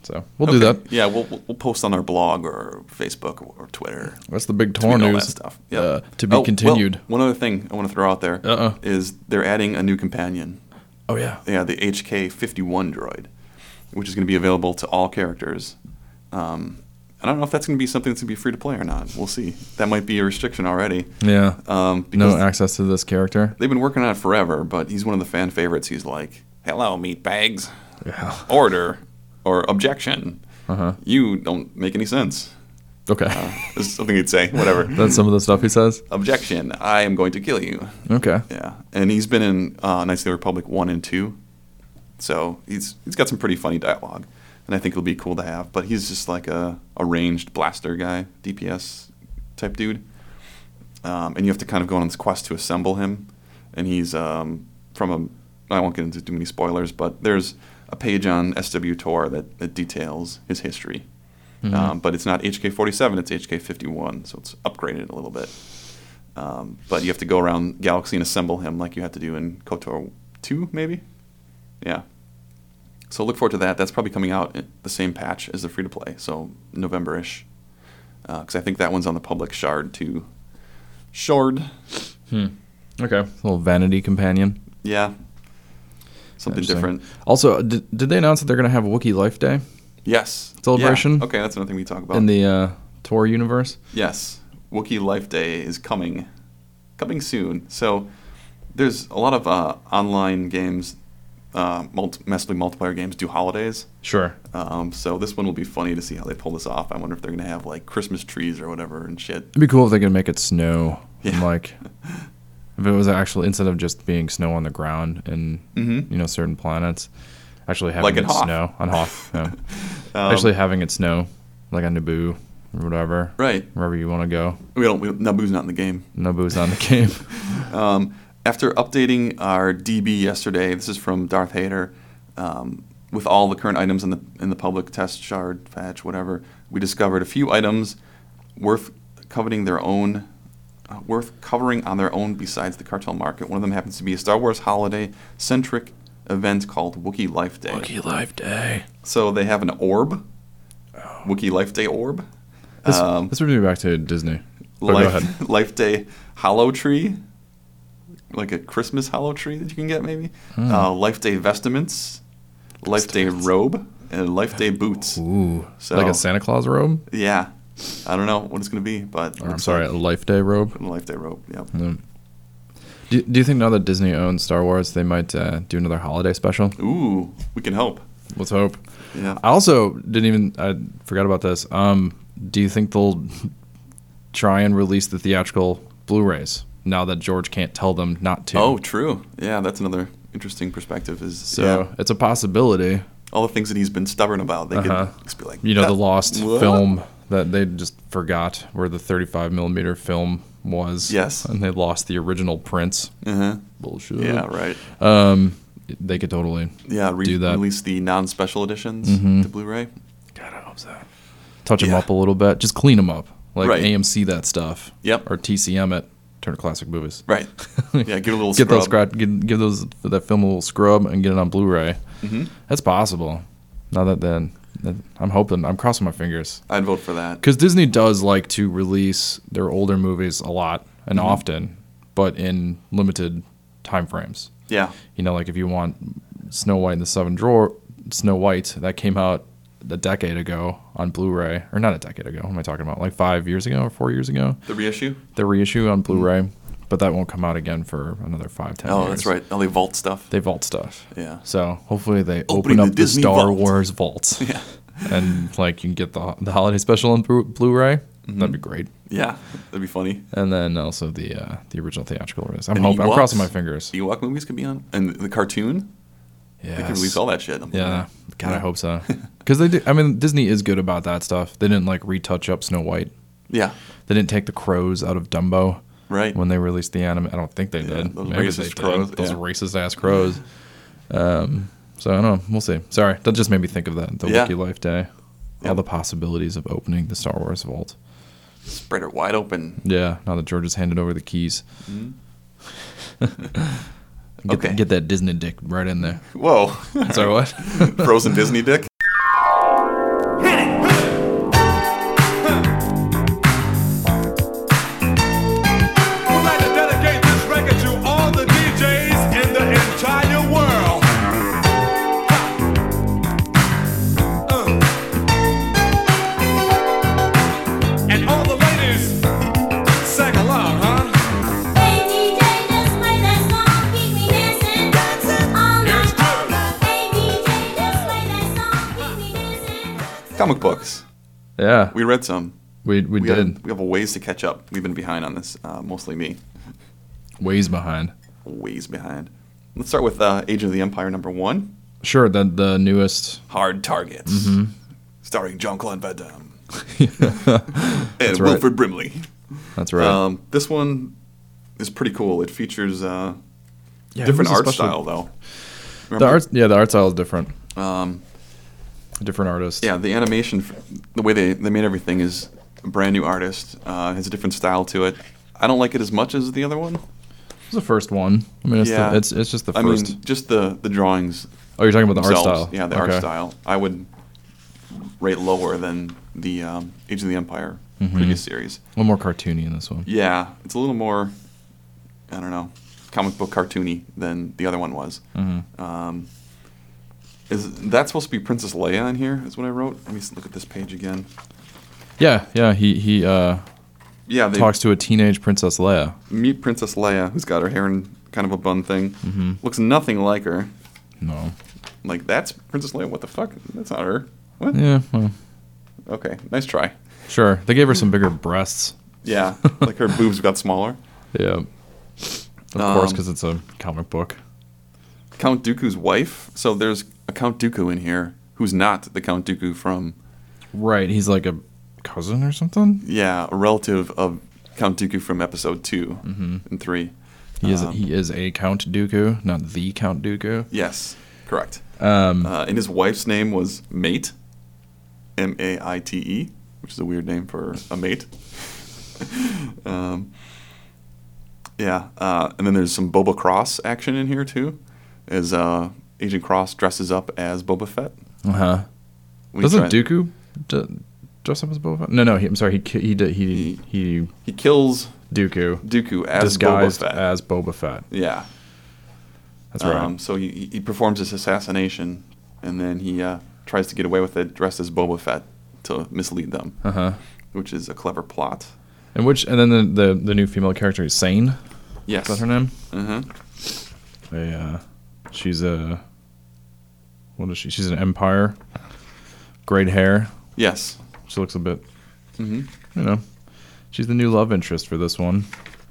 S2: So we'll do
S1: Okay.
S2: that.
S1: Yeah, we'll, we'll we'll post on our blog or Facebook or, or Twitter.
S2: That's the big
S1: Tweet
S2: torn
S1: all that
S2: news.
S1: stuff. Yeah.
S2: Uh, to be
S1: Oh, well,
S2: continued.
S1: one other thing I want to throw out there
S2: Uh-uh.
S1: is they're adding a new companion.
S2: oh yeah.
S1: Yeah, the HK51 droid, which is going to be available to all characters. Um, I don't know if that's going to be something that's going to be free to play or not. We'll see. That might be a restriction already.
S2: Yeah.
S1: Um, because
S2: no access to this character.
S1: they've been working on it forever, but he's one of the fan favorites. He's like, "Hello, meat bags."
S2: Yeah.
S1: order or objection.
S2: Uh-huh.
S1: You don't make any sense.
S2: Okay.
S1: Is something he'd say, whatever.
S2: That's some of the stuff he says.
S1: objection. I am going to kill you.
S2: Okay.
S1: Yeah, and he's been in uh, Knights of the Republic one and two, so he's he's got some pretty funny dialogue, and I think it'll be cool to have. But he's just like a, a ranged blaster guy, DPS type dude, um, and you have to kind of go on this quest to assemble him. And he's um, from a I won't get into too many spoilers, but there's a page on SW Tor that, that details his history. Um, but it's not HK47, it's HK51, so it's upgraded a little bit. Um, but you have to go around Galaxy and assemble him like you had to do in KOTOR 2, maybe? Yeah. So look forward to that. That's probably coming out in the same patch as the free to play, so November ish. Because I think that one's on the public shard too. Shard.
S2: Okay. little vanity companion.
S1: Yeah. Something
S2: Interesting.
S1: different.
S2: Also, did, did they announce that they're going to have a Wookiee Life Day
S1: Yes. Yeah.
S2: Celebration?
S1: Okay, that's another thing we talk about.
S2: in the uh, Tor universe?
S1: Yes, Wookiee Life Day is coming, coming soon. So there's a lot of uh, online games, uh, multi- massively multiplayer games do holidays.
S2: Sure.
S1: Um, so this one will be funny to see how they pull this off. I wonder if they're gonna have like Christmas trees or whatever and shit.
S2: It'd be cool if they could make it snow. and
S1: Yeah.
S2: Like, if it was actually, instead of just being snow on the ground and, you know, certain planets, actually having
S1: Mm-hmm. Like in
S2: it
S1: Hoth. Um,
S2: snow on Hoth. Yeah. actually having it snow, like on Naboo or whatever.
S1: Right.
S2: Wherever you want to go.
S1: We don't. We, Naboo's not in the game.
S2: Naboo's on the game.
S1: After updating our DB yesterday, this is from Darth Hader. Um, with all the current items in the in the public test shard patch, whatever, we discovered a few items worth coveting their own, uh, worth covering on their own besides the cartel market. One of them happens to be a Star Wars holiday centric event called Wookiee Life Day.
S2: Wookiee Life Day.
S1: So they have an orb, Wookiee Life Day orb,
S2: This,
S1: Um,
S2: this brings me back to Disney. Oh, go ahead.
S1: Life, Life Day Hollow Tree, like a Christmas Hollow Tree that you can get maybe.
S2: Hmm.
S1: Uh, Life Day Vestiments, Life Day Robe, and Life Day Boots.
S2: Ooh,
S1: So-
S2: like a Santa Claus robe.
S1: Yeah, I don't know what it's gonna be, but
S2: Or, I'm
S1: looks
S2: sorry, Hmm. a Life Day robe.
S1: like a Life Day Robe. Yeah.
S2: Do, do you think now that Disney owns Star Wars, they might uh, do another holiday special?
S1: Ooh, we can help.
S2: Let's hope.
S1: Yeah.
S2: I also didn't even I forgot about this. Um, do you think they'll try and release the theatrical Blu-rays now that George can't tell them not to?
S1: Oh, true. Yeah, that's another interesting perspective. Is
S2: so
S1: yeah,
S2: it's a possibility.
S1: all the things that he's been stubborn about, they
S2: Uh-huh.
S1: could just be like,
S2: You know,
S1: "That-
S2: the lost
S1: what?"
S2: film that they just forgot where the 35 millimeter film was.
S1: Yes.
S2: and they lost the original prints.
S1: Uh-huh.
S2: Bullshit.
S1: Yeah, right.
S2: they could totally.
S1: Yeah, re-
S2: Do that. Mm-hmm.
S1: release the non-special editions to Blu-ray.
S2: God, I hope so. Touch them
S1: Yeah.
S2: up a little bit. Just clean them up. Like
S1: Right.
S2: AMC that stuff.
S1: Yep.
S2: Or TCM it. Turner Classic Movies.
S1: Right. Yeah, get a little
S2: Get those
S1: scrub.
S2: scratch. Get, give those that film a little scrub and get it on Blu-ray.
S1: Mm-hmm.
S2: That's possible. Now that then, that- I'm hoping. I'm crossing my fingers.
S1: I'd vote for that.
S2: because Disney does like to release their older movies a lot and
S1: Mm-hmm.
S2: often, but in limited time frames.
S1: Yeah.
S2: You know, like if you want Snow White and the Seven Drawer, Snow White that came out a decade ago on Blu-ray, or not a decade ago. What am I talking about? Like five years ago or four years ago,
S1: The reissue?
S2: the reissue on Blu-ray, but that won't come out again for another five, ten.
S1: Oh,
S2: years.
S1: that's right. All the vault stuff.
S2: They vault stuff.
S1: Yeah.
S2: So hopefully they
S1: Opening
S2: open up
S1: the
S2: the,
S1: Disney
S2: Star
S1: vault.
S2: Wars vault. Yeah. and like you can get the the holiday special on Blu- Blu-ray.
S1: Mm-hmm.
S2: That'd be great.
S1: Yeah, that'd be funny.
S2: And then also the uh, the original theatrical release. I'm
S1: And
S2: hoping, I'm
S1: Ewoks?
S2: crossing my fingers.
S1: The Ewok movies could be on, and the cartoon.
S2: Yeah.
S1: They could release all that shit. on Blu-ray.
S2: Yeah. God, I hope so. Because they do. I mean, Disney is good about that stuff. They didn't like retouch up Snow White.
S1: Yeah.
S2: They didn't take the crows out of Dumbo.
S1: Right.
S2: When they released the anime, I don't think they
S1: Yeah,
S2: did.
S1: those
S2: Maybe
S1: racist
S2: they did.
S1: crows,
S2: Those
S1: yeah.
S2: racist ass crows. Um. So I don't know. We'll see. Sorry, that just made me think of that. The
S1: Yeah.
S2: Wiki Life Day.
S1: Yeah.
S2: All the possibilities of opening the Star Wars vault.
S1: Spread it wide open.
S2: Yeah. Now that George has handed over the keys. get,
S1: Mm-hmm. Okay.
S2: get that Disney dick right in there.
S1: Whoa.
S2: Sorry, what?
S1: Frozen Disney dick.
S6: We'd like to dedicate this record to all the DJs in the entire world. Ha. Uh. And all the ladies sang along, huh?
S8: Hey DJ, just play that song, keep me dancing, dancing all night long. Hey DJ, just play that song, keep me dancing.
S1: Comic books.
S2: Yeah.
S1: We read some.
S2: We, we,
S1: We,
S2: did.
S1: Have, we have a ways to catch up. We've been behind on this, uh, mostly me.
S2: Ways behind.
S1: Ways behind. Let's start with uh, Agent of the Empire number one.
S2: Sure, the the newest.
S1: Hard Targets.
S2: Mm-hmm.
S1: Starring John Claude Van Damme. and
S2: right.
S1: Wilfred Brimley.
S2: That's right.
S1: Um, this one is pretty cool. It features uh,
S2: Yeah,
S1: different
S2: who's
S1: art
S2: the special-
S1: style, though.
S2: The
S1: Remember?
S2: art, yeah, the art style is different.
S1: Um,
S2: Different artist.
S1: yeah, the animation, f- the way they, they made everything is a brand new artist. Uh, has a different style to it. I don't like it as much as the other one.
S2: it's the first one. I mean, it's
S1: Yeah.
S2: the, it's, it's just the
S1: I
S2: first.
S1: mean, just the the drawings.
S2: oh, you're talking about the art
S1: themselves.
S2: style.
S1: Yeah, the
S2: Okay.
S1: art style. I would rate lower than the um, Age of the Empire
S2: Mm-hmm.
S1: previous series.
S2: A little more cartoony in this one.
S1: Yeah, it's a little more. I don't know, comic book cartoony than the other one was.
S2: Mm-hmm.
S1: Um, is that supposed to be Princess Leia in here? Is what I wrote. Let me s- look at this page again.
S2: Yeah, yeah. He he uh,
S1: Yeah, they
S2: talks to a teenage princess Leia.
S1: meet Princess Leia, who's got her hair in kind of a bun thing.
S2: Mm-hmm.
S1: Looks nothing like her.
S2: No.
S1: Like that's Princess Leia. What the fuck? That's not her. What?
S2: Yeah. Well,
S1: Okay, nice try.
S2: sure. They gave her some bigger breasts.
S1: Yeah, like her boobs got smaller.
S2: Yeah. Of course,
S1: Um,
S2: because it's a comic book.
S1: Count Dooku's wife. So there's a Count Dooku in here who's not the Count Dooku from
S2: Right. He's like a cousin or something.
S1: yeah a relative of Count Dooku from Episode 2
S2: Mm-hmm.
S1: and three.
S2: He
S1: Um,
S2: is he is a Count Dooku, not the Count Dooku.
S1: Yes, correct. Um, uh, and his wife's name was Mate, M A I T E, which is a weird name for a mate. um, yeah, uh, and then there's some Boba Cross action in here too, as uh, Agent Cross dresses up as Boba Fett.
S2: Uh huh.
S1: We
S2: Doesn't
S1: tried-
S2: Dooku d- dress up as Boba? Fett? No, no. He, I'm sorry. He ki- he did, he he
S1: he kills
S2: Dooku
S1: Dooku as
S2: disguised
S1: Boba Fett?
S2: as Boba Fett.
S1: yeah,
S2: That's right.
S1: Um, so he, he performs this assassination, and then he uh, tries to get away with it dressed as Boba Fett to mislead them,
S2: uh-huh.
S1: which is a clever plot.
S2: And which and then the, the the new female character is Sane.
S1: Yes. Mm-hmm.
S2: Is that her name?
S1: Uh-huh.
S2: They, uh, she's a what is she? She's an Empire. Great hair.
S1: Yes.
S2: She looks a bit.
S1: Mm-hmm.
S2: You know, she's the new love interest for this one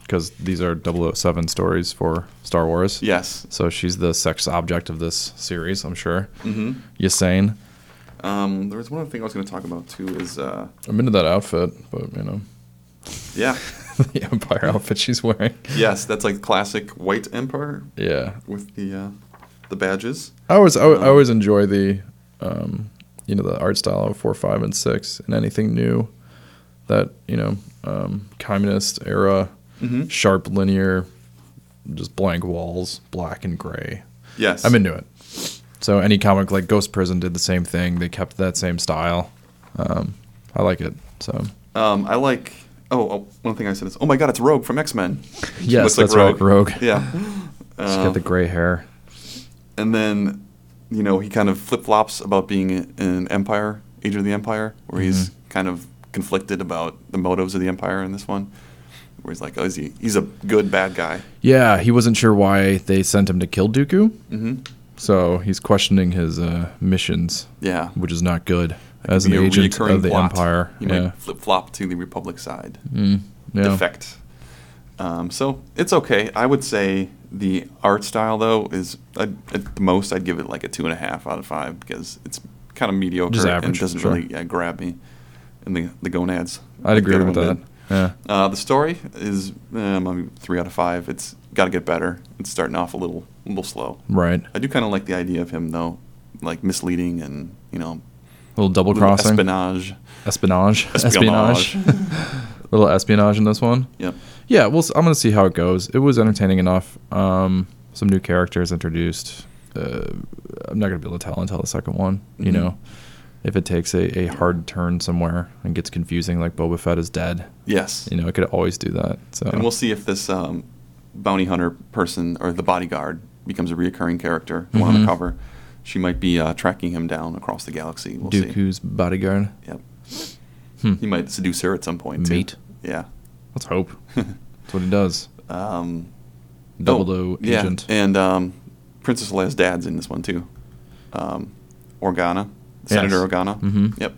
S2: because these are 007 stories for Star Wars.
S1: Yes.
S2: So she's the sex object of this series, I'm sure. Mm-hmm. Yasane.
S1: Um, there was one other thing I was going to talk about too. Is uh,
S2: I'm into that outfit, but you know,
S1: yeah,
S2: the Empire outfit she's wearing.
S1: yes, that's like classic white empire
S2: Yeah.
S1: with the uh, the badges.
S2: I always I, I always enjoy the, um, you know, the art style of four, five, and six, and anything new, that you know, um, communist era, sharp linear, just blank walls, black and gray.
S1: Yes.
S2: I'm into it. So any comic like Ghost Prison did the same thing. They kept that same style. Um, I like it. So
S1: Um, I like. Oh, oh, one thing I said is, oh my god, it's Rogue from X Men.
S2: yes, that's right, Rogue.
S1: Yeah. Oh.
S2: Just get the gray hair.
S1: and then you know he kind of flip flops about being an empire, Age of the Empire, where he's
S2: Mm-hmm.
S1: kind of conflicted about the motives of the empire in this one, where he's like, oh, is he? He's a good bad guy.
S2: Yeah, he wasn't sure why they sent him to kill Dooku. Mm-hmm. So he's questioning his uh, missions.
S1: Yeah.
S2: which is not good as an
S1: Be a
S2: agent
S1: reoccurring
S2: of the
S1: plot.
S2: Empire.
S1: He
S2: yeah,
S1: might flip flop to the Republic side.
S2: yeah.
S1: defect. Um, so it's okay. I would say the art style though is I'd, at the most I'd give it like a two and a half out of five because it's kind of mediocre
S2: Just
S1: and
S2: average,
S1: doesn't
S2: sure.
S1: really yeah, grab me. And the the gonads. like
S2: I'd
S1: the
S2: agree
S1: other
S2: with
S1: one
S2: that.
S1: did.
S2: Yeah,
S1: Uh, the story is um, I mean, three out of five. It's got to get better. It's starting off a little a little slow.
S2: right.
S1: I do kind of like the idea of him though, like misleading and you know
S2: little double
S1: little
S2: crossing,
S1: espionage.
S2: espionage,
S1: Espionage.
S2: little espionage in this one.
S1: Yep.
S2: Yeah, well, s- I'm gonna see how it goes. It was entertaining enough. Um, some new characters introduced. Uh, I'm not gonna be able to tell until the second one. You
S1: Mm-hmm.
S2: know, if it takes a, a hard turn somewhere and gets confusing, like Boba Fett is dead.
S1: Yes.
S2: You know, it could always do that. So
S1: And we'll see if this um, bounty hunter person or the bodyguard becomes a reoccurring character, the
S2: Mm-hmm.
S1: one on the cover. She might be uh, tracking him down across the galaxy. We'll see.
S2: Dooku's bodyguard.
S1: Yep. He might seduce her at some point. too.
S2: Mate.
S1: Yeah.
S2: Let's hope. That's what he does.
S1: Um,
S2: Double
S1: oh,
S2: O
S1: yeah,
S2: agent.
S1: And um, Princess Leia's dad's in this one too. Um, Organa, Senator
S2: Yes.
S1: Organa. Mm-hmm. Yep.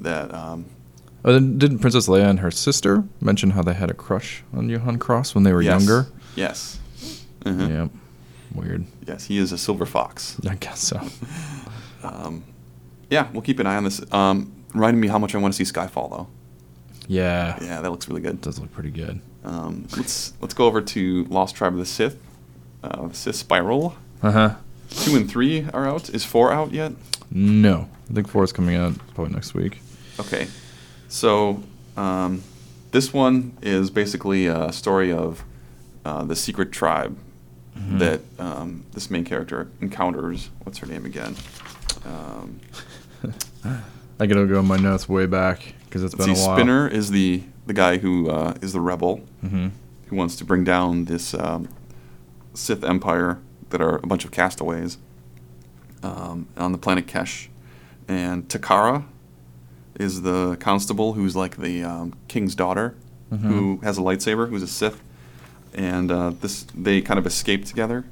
S1: That um,
S2: Oh, then didn't Princess Leia and her sister mention how they had a crush on Johan Cross when they were
S1: yes, Mm-hmm.
S2: younger?
S1: Yes.
S2: Yep. Weird.
S1: Yes. He is a silver fox.
S2: I guess so.
S1: Yeah, we'll keep an eye on this. Um, reminding me how much I want to see Skyfall though.
S2: Yeah.
S1: Yeah, that looks really good.
S2: Does look pretty good.
S1: Um, let's let's go over to Lost Tribe of the Sith, uh, the Sith Spiral.
S2: Uh huh.
S1: Two and three are out. Is four out yet?
S2: No. I think four is coming out probably next week.
S1: Okay, so um, this one is basically a story of uh, the secret tribe that um, this main character encounters. What's her name again? Um,
S2: I gotta go in my notes way back because it's
S1: let's
S2: been
S1: see,
S2: a while.
S1: Spinner is the the guy who uh, is the rebel
S2: Mm-hmm.
S1: who wants to bring down this um, Sith Empire that are a bunch of castaways um, on the planet Kesh, and Takara is the constable who's like the um, king's daughter
S2: Mm-hmm.
S1: who has a lightsaber who's a Sith, and uh, this they kind of escape together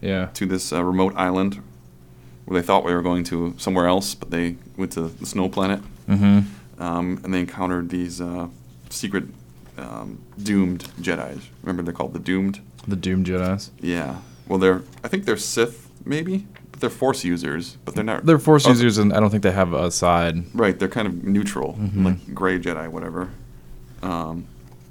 S2: Yeah.
S1: to this uh, remote island where they thought we were going to somewhere else, but they went to the snow planet. Mm-hmm. Um, and they encountered these uh, secret um, doomed Jedi's. Remember, they're called the doomed.
S2: The Doom Jedi's.
S1: Yeah. Well, they're I think they're Sith maybe, but they're Force users. But they're not.
S2: They're Force
S1: Oh,
S2: users, and I don't think they have a side.
S1: Right. They're kind of neutral,
S2: Mm-hmm.
S1: like gray Jedi, whatever. Um,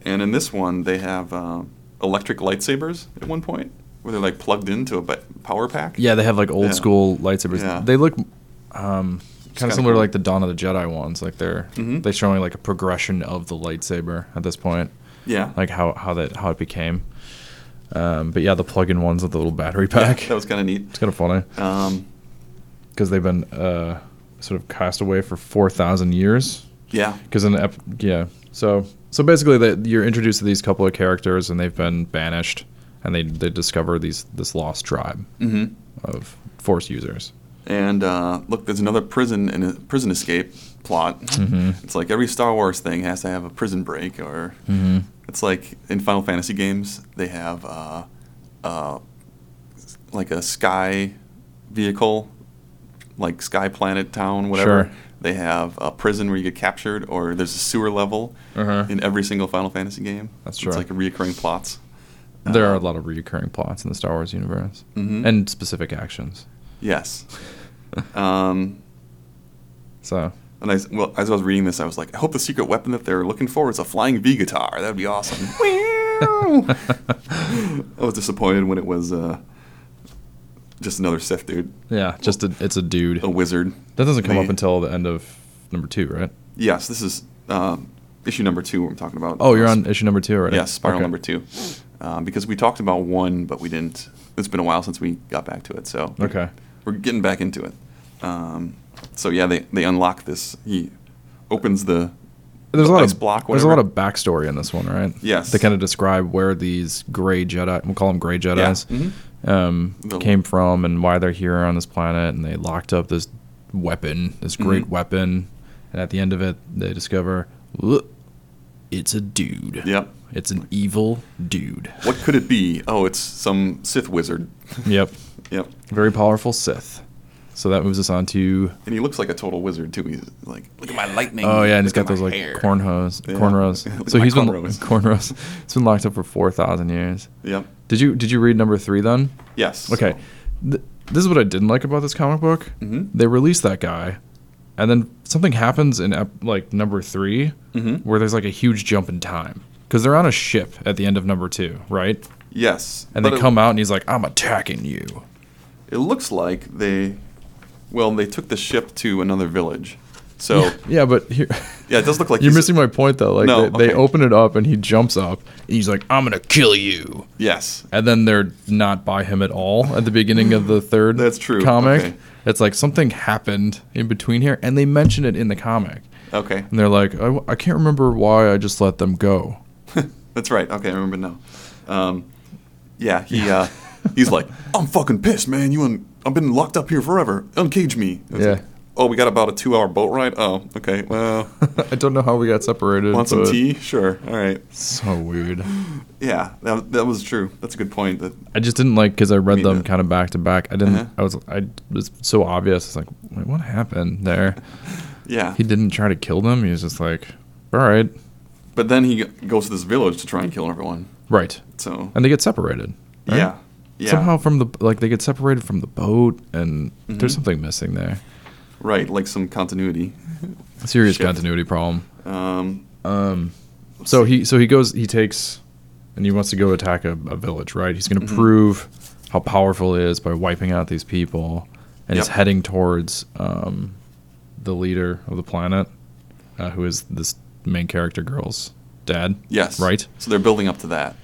S1: and in this one, they have um, electric lightsabers at one point where they're like plugged into a ba- power pack.
S2: Yeah, they have like old
S1: Yeah.
S2: school lightsabers.
S1: Yeah.
S2: They look um, kind
S1: kinda
S2: of
S1: cool.
S2: similar
S1: Mm-hmm.
S2: to like the Dawn of the Jedi ones. Like they're they're showing like a progression of the lightsaber at this point,
S1: Yeah.
S2: like how how that how it became. Um, but yeah, the plug-in ones with the little battery pack.
S1: that was kind of neat.
S2: it's kind of funny
S1: Um,
S2: because they've been uh, sort of cast away for four thousand years.
S1: yeah.
S2: Because in the ep- yeah, so so basically that you're introduced to these couple of characters and they've been banished, and they they discover these this lost tribe of force users.
S1: And uh, look, there's another prison and a prison escape plot.
S2: Mm-hmm.
S1: It's like every Star Wars thing has to have a prison break, or
S2: Mm-hmm.
S1: it's like in Final Fantasy games they have uh, uh, like a sky vehicle, like sky planet town, whatever.
S2: Sure.
S1: They have a prison where you get captured, or there's a sewer level
S2: Uh-huh.
S1: in every single Final Fantasy game.
S2: That's
S1: It's
S2: true.
S1: like reoccurring plots.
S2: There
S1: uh,
S2: are a lot of recurring plots in the Star Wars universe and specific actions.
S1: Yes. um,
S2: So
S1: And I, s- well, as I was reading this, I was like, I hope the secret weapon that they're looking for is a flying V guitar. That would be awesome. I was disappointed when it was uh, Just another Sith dude,
S2: Yeah, just a, it's a dude.
S1: a wizard.
S2: That doesn't come
S1: They-
S2: up until the end of number two, right?
S1: Yes, this is um, issue number two. I'm talking about.
S2: Oh, you're on issue number two already.
S1: Yeah, spiral
S2: Okay.
S1: number two, um, because we talked about one, but we didn't. It's been a while since we got back to it, so
S2: Okay.
S1: we're getting back into it. Um, so yeah, they they unlock this. He opens the
S2: There's a lot
S1: ice
S2: of
S1: block,
S2: there's a lot
S1: whatever.
S2: of backstory in this one, right?
S1: Yes.
S2: They kind of describe where these gray Jedi, we'll call them gray Jedi's,
S1: mhm.
S2: um,
S1: The-
S2: came from and why they're here on this planet, and they locked up this weapon, this
S1: Mm-hmm.
S2: great weapon, and at the end of it, they discover "Look, it's a dude.
S1: Yep.
S2: It's an evil dude.
S1: What could it be? Oh, it's some Sith wizard.
S2: yep.
S1: Yep.
S2: Very powerful Sith. So that moves us on to
S1: And he looks like a total wizard too. He's like, look at my lightning.
S2: Oh yeah, and he's
S1: look
S2: got
S1: at
S2: those
S1: my
S2: like
S1: hair."
S2: cornrows,
S1: Yeah. Look
S2: cornrows.
S1: at
S2: So
S1: my
S2: he's been
S1: cornrows.
S2: cornrows. It's been locked up for four thousand years.
S1: Yep.
S2: Did you did you read number three then?
S1: Yes.
S2: Okay, Th- this is what I didn't like about this comic book.
S1: Mm-hmm.
S2: They released that guy, and then something happens in ep- like number 3
S1: Mm-hmm.
S2: where there's like a huge jump in time because they're on a ship at the end of number two, right?
S1: Yes.
S2: And
S1: But
S2: they
S1: it-
S2: come out and he's like, "I'm attacking you."
S1: It looks like they, well, they took the ship to another village. So
S2: Yeah, but here.
S1: yeah, it does look like
S2: You're
S1: he's-
S2: missing my point though. Like
S1: No,
S2: they,
S1: okay.
S2: they open it up and he jumps up and he's like, "I'm gonna kill you."
S1: Yes.
S2: and then they're not by him at all at the beginning of the third
S1: That's true.
S2: comic.
S1: Okay.
S2: It's like something happened in between here, and they mention it in the comic.
S1: Okay.
S2: And they're like, "Oh, I, I can't remember why I just let them go.
S1: That's right. Okay, I remember now. Um, yeah, he uh, he's like, I'm fucking pissed, man. You un- I've been locked up here forever. Uncage me. It's
S2: Yeah.
S1: like, oh, we got about a two-hour boat ride. Oh, okay. Well,
S2: I don't know how we got separated.
S1: want some
S2: but-
S1: tea? Sure. All right.
S2: So weird.
S1: Yeah, that, that was true. That's a good point. That
S2: I just didn't like because I read
S1: Me
S2: them
S1: neither.
S2: kind of back to back. I didn't.
S1: Uh-huh.
S2: I was. I it was so obvious. It's like, wait, what happened there?
S1: yeah.
S2: He didn't try to kill them. He was just like, all right,
S1: But then he g- goes to this village to try and kill everyone.
S2: right,
S1: So
S2: and they get separated. right?
S1: yeah, yeah,
S2: Somehow from the like they get separated from the boat, and there's
S1: Mm-hmm.
S2: something missing there.
S1: right. Like some continuity.
S2: serious
S1: Shit.
S2: continuity problem.
S1: Um,
S2: So he so he goes he takes and he wants to go attack a, a village, right? He's
S1: Mm-hmm.
S2: going to prove how powerful he is by wiping out these people, and he's
S1: Yep.
S2: heading towards um, the leader of the planet, uh, who is this main character girl's dad.
S1: yes.
S2: Right.
S1: So they're building up to that.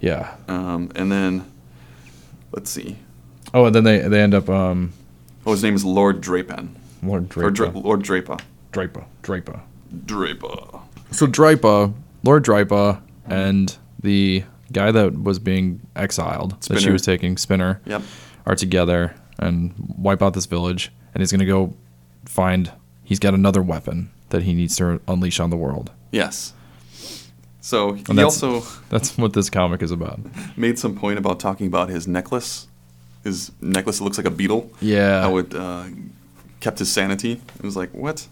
S2: Yeah.
S1: Um, and then let's see.
S2: Oh, and then they they end up um,
S1: Oh, his name is Lord Drapen.
S2: Lord
S1: Or
S2: Draper.
S1: Dra- Lord Draper.
S2: Draper. Draper.
S1: Draper.
S2: So Draper, Lord Draper, and the guy that was being exiled that she
S1: Spinner.
S2: was taking, Spinner,
S1: Yep.
S2: are together and wipe out this village. And he's gonna go find. He's got another weapon that he needs to unleash on the world.
S1: Yes. So he
S2: that's-
S1: also
S2: That's what this comic is about.
S1: made some point about talking about his necklace. His necklace that looks like a beetle.
S2: Yeah.
S1: How it uh, kept his sanity. It was like, what?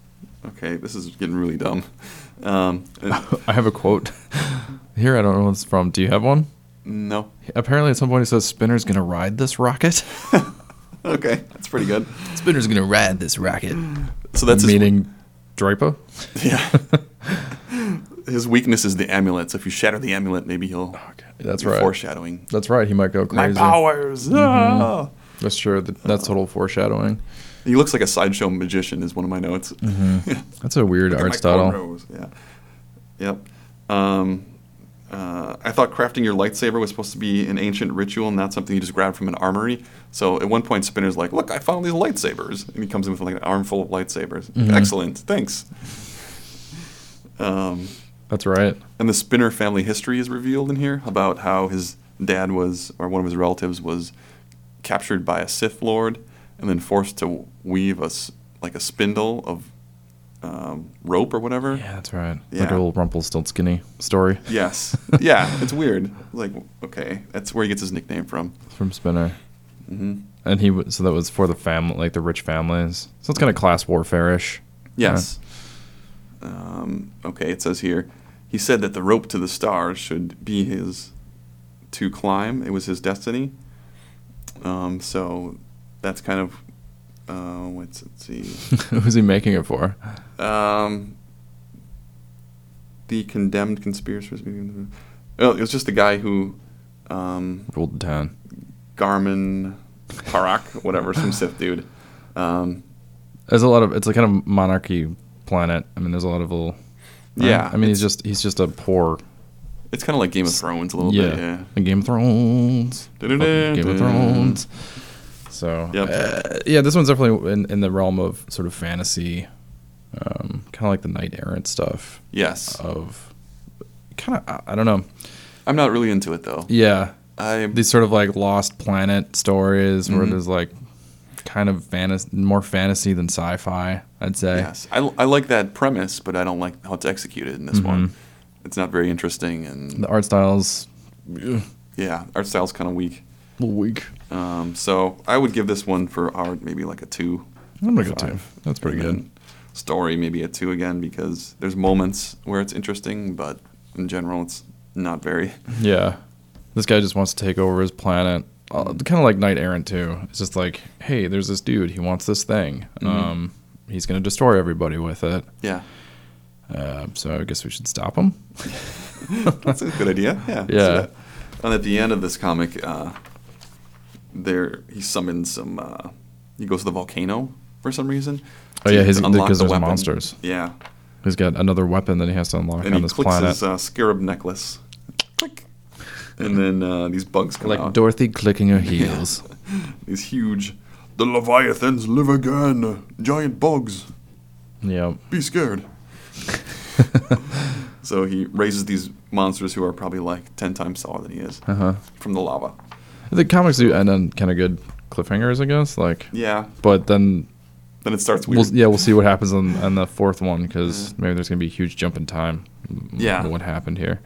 S1: Okay, this is getting really dumb. Um, and-
S2: I have a quote here. I don't know what it's from. Do you have one?
S1: no.
S2: Apparently, at some point, he says Spinner's gonna ride this rocket.
S1: Okay, that's pretty good.
S2: Spinner's gonna ride this rocket.
S1: So that's his
S2: Meaning, Draper.
S1: Yeah. His weakness is the amulet. So if you shatter the amulet, maybe he'll.
S2: Oh, That's
S1: you're
S2: right.
S1: Foreshadowing.
S2: That's right. He might go
S1: My
S2: crazy.
S1: powers.
S2: Mm-hmm.
S1: ah!
S2: That's true. Th-
S1: Uh,
S2: That's total foreshadowing.
S1: He looks like a sideshow magician. Is one of my notes.
S2: Mm-hmm. That's a weird
S1: My
S2: Aristotle.
S1: cornrows, Yeah. Yep. Um, uh, I thought crafting your lightsaber was supposed to be an ancient ritual, not something you just grab from an armory. So at one point, Spinner's like, "Look, I found these lightsabers," and he comes in with like an armful of lightsabers. Excellent, thanks. Um,
S2: That's right.
S1: And the Spinner family history is revealed in here about how his dad was, or one of his relatives was captured by a Sith Lord and then forced to weave a, s- like a spindle of um, rope or whatever.
S2: Yeah, that's right. Like
S1: Yeah.
S2: a little Rumpelstiltskinny story
S1: Yes. Yeah, it's weird. Like, okay, that's where he gets his nickname from.
S2: from Spinner.
S1: Mm-hmm.
S2: And he w- so that was for the family, like the rich families. So it's kind of class warfare ish.
S1: Yes. Um, okay, it says here he said that the rope to the stars should be his to climb. It was his destiny. Um, so that's kind of uh, what's let's see
S2: Who's he making it for?
S1: um, the condemned conspirators. Oh, it was just the guy who um,
S2: Ruled the town.
S1: Garmin Parak, whatever, some Sith dude. Um,
S2: There's a lot of it's a kind of monarchy planet. I mean, there's a lot of little.
S1: yeah,
S2: I mean, he's just he's just a poor.
S1: it's kind of like Game of Thrones a little
S2: Yeah.
S1: bit. Yeah.
S2: Like Game of Thrones.
S1: Da-da-da,
S2: Fucking Game of
S1: da-da-da.
S2: Thrones. So
S1: Yep.
S2: uh, yeah, this one's definitely in, in the realm of sort of fantasy, um, kind of like the knight errant stuff
S1: Yes.
S2: of kind of I, I don't know.
S1: I'm not really into it though.
S2: Yeah,
S1: I
S2: these sort of like lost planet stories where
S1: Mhm.
S2: there's like kind of fantasy, more fantasy than sci-fi. I'd say.
S1: yes, I, I like that premise, but I don't like how it's executed in this
S2: Mm-hmm.
S1: one. It's not very interesting, and
S2: The art style's
S1: yeah, art style's kind of weak.
S2: weak.
S1: Um, so I would give this one for art maybe like a two.
S2: I'm gonna go two. That's pretty
S1: And
S2: good.
S1: then Story maybe a two again because there's moments where it's interesting, but in general it's not very.
S2: Yeah, this guy just wants to take over his planet. Uh, kind of like Knight Errant too. It's just like, hey, there's this dude. He wants this thing.
S1: Mm-hmm.
S2: Um, he's gonna destroy everybody with it.
S1: Yeah,
S2: Uh, so I guess we should stop him.
S1: that's a good idea. Yeah. let's do
S2: Yeah.
S1: that. And at the end of this comic, uh, there he summons some. Uh, he goes to the volcano for some reason.
S2: Oh,
S1: to
S2: yeah, his-
S1: unlock
S2: because
S1: the
S2: there's
S1: weapon.
S2: monsters.
S1: Yeah,
S2: He's got another weapon that he has to unlock
S1: and
S2: on
S1: he
S2: this
S1: clicks
S2: planet.
S1: his uh, scarab necklace. Click. And then uh, these bugs come
S2: like
S1: out.
S2: Dorothy clicking her heels.
S1: these huge. The leviathans live again. Giant bugs.
S2: yep.
S1: Be scared. so he raises these monsters who are probably like ten times taller than he is
S2: Uh-huh.
S1: from the lava.
S2: The comics do end on kind of good cliffhangers, I guess. Like,
S1: Yeah.
S2: but then
S1: Then it starts weird. Mm-hmm.
S2: we'll yeah we'll see what happens on, on the fourth one because maybe there's gonna be a huge jump in time. m-
S1: Yeah.
S2: what happened here?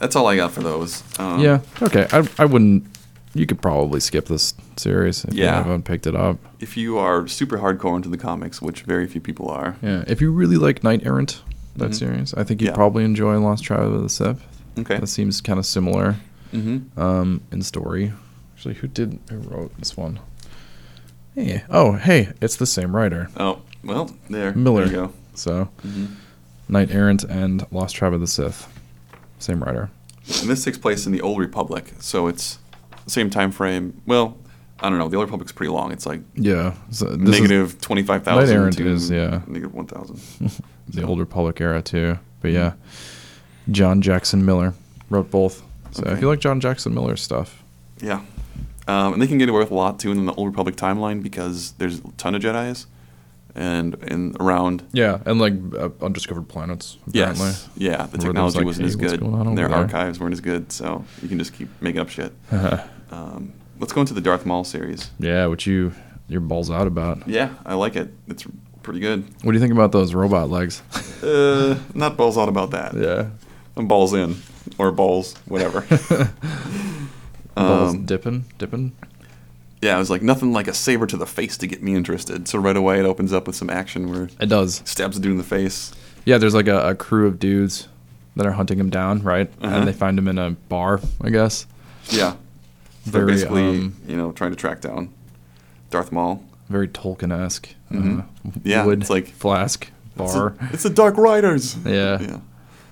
S1: That's all I got for those. Um,
S2: yeah, okay. I I wouldn't. You could probably skip this series if
S1: Yeah.
S2: you haven't picked it up.
S1: If you are super hardcore into the comics, which very few people are,
S2: Yeah, if you really like Knight Errant, that series, I think you'd
S1: Mm-hmm. Yeah.
S2: probably enjoy Lost Tribe of the Sith.
S1: Okay.
S2: that seems kind of similar
S1: Mhm.
S2: um, in story. Actually, who did who wrote this one? Hey, oh hey, it's the same writer.
S1: oh well, there
S2: Miller.
S1: There you go. Mm-hmm.
S2: So, Knight Errant and Lost Tribe of the Sith, same writer.
S1: And this takes place in the Old Republic, so it's same time frame. Well, I don't know. The Old Republic's pretty long. It's like
S2: Yeah, so this is
S1: negative twenty five
S2: Knight
S1: thousand
S2: Errant
S1: to
S2: is, yeah.
S1: negative one thousand.
S2: the older Republic era too. But yeah, John Jackson Miller wrote both. So if
S1: Okay.
S2: you like John Jackson Miller stuff,
S1: Yeah. Um, and they can get away with a lot too in the Old Republic timeline because there's a ton of Jedi's, and and around
S2: yeah, and like uh, undiscovered planets. Apparently.
S1: yes, yeah, the
S2: Where there's
S1: technology
S2: like,
S1: wasn't
S2: "Hey,
S1: as
S2: what's
S1: good,
S2: going on
S1: and their
S2: over there?"
S1: archives weren't as good, so you can just keep making up shit.
S2: Uh-huh.
S1: um, let's go into the Darth Maul series.
S2: Yeah, which you your balls out about.
S1: Yeah, I like it. It's pretty good.
S2: What do you think about those robot legs?
S1: Uh, not balls out about that.
S2: yeah,
S1: I'm balls in or balls, whatever. Um,
S2: balls dipping, dipping.
S1: yeah, I was like nothing like a saber to the face to get me interested. So right away it opens up with some action where
S2: It does.
S1: stabs a dude in the face.
S2: Yeah, there's like a, a crew of dudes that are hunting him down, right?
S1: Uh-huh.
S2: And they find him in a bar, I guess.
S1: Yeah. They're
S2: Very,
S1: basically,
S2: um,
S1: you know, trying to track down Darth Maul.
S2: Very Tolkien esque. Uh,
S1: Mm-hmm. Yeah,
S2: wood
S1: it's like-
S2: flask bar,
S1: It's, a, it's the Dark Riders.
S2: Yeah.
S1: yeah.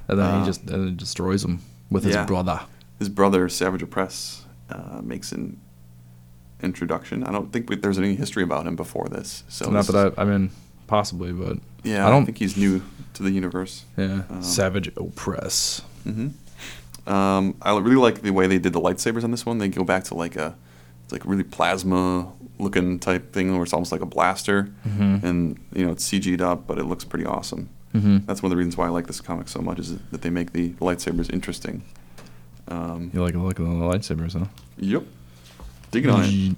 S2: and then he just and then destroys him with his
S1: Uh. yeah.
S2: brother.
S1: His brother, Savage Oppress, uh, makes an introduction. I don't think we, there's any history about him before this. So
S2: Not
S1: this
S2: that I, I mean, possibly, but
S1: is- yeah,
S2: I
S1: I
S2: don't.
S1: think he's new to the universe.
S2: yeah, savage oppress.
S1: Um, I really like the way they did the lightsabers on this one. They go back to like a, it's like really plasma looking type thing where it's almost like a blaster,
S2: Mm-hmm.
S1: and you know it's CG'd up, but it looks pretty awesome.
S2: Mm-hmm.
S1: That's one of the reasons why I like this comic so much is that they make the lightsabers interesting. Mm-hmm.
S2: You like the look of the lightsabers, huh?
S1: Yep, digging on it.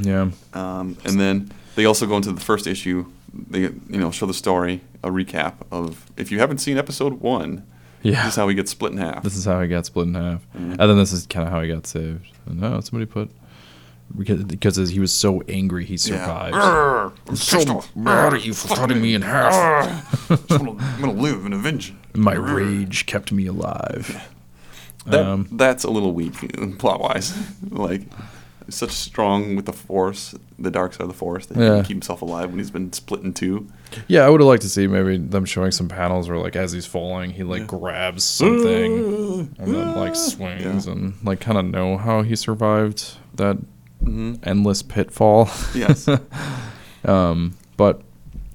S2: Yeah,
S1: Um, and then they also go into the first issue. They you know show the story, a recap of if you haven't seen episode one,
S2: yeah.
S1: this is how Mm-hmm. we get split in half.
S2: This is how he got split in half, and then this is kind of how he got saved. And no, somebody put because because he was so angry he survived.
S1: I'm pissed off.
S2: Mad at you for cutting me in half.
S1: I'm gonna live and avenge.
S2: My rage kept me alive.
S1: That,
S2: Um,
S1: that's a little weak plot wise. like, such strong with the force, the dark side of the force, that he
S2: Yeah.
S1: can keep himself alive when he's been split in two.
S2: Yeah, I would have liked to see maybe them showing some panels where like as he's falling, he like grabs something and then like swings and like kind of know how he survived. that
S1: Mm-hmm.
S2: endless pitfall.
S1: Yes.
S2: But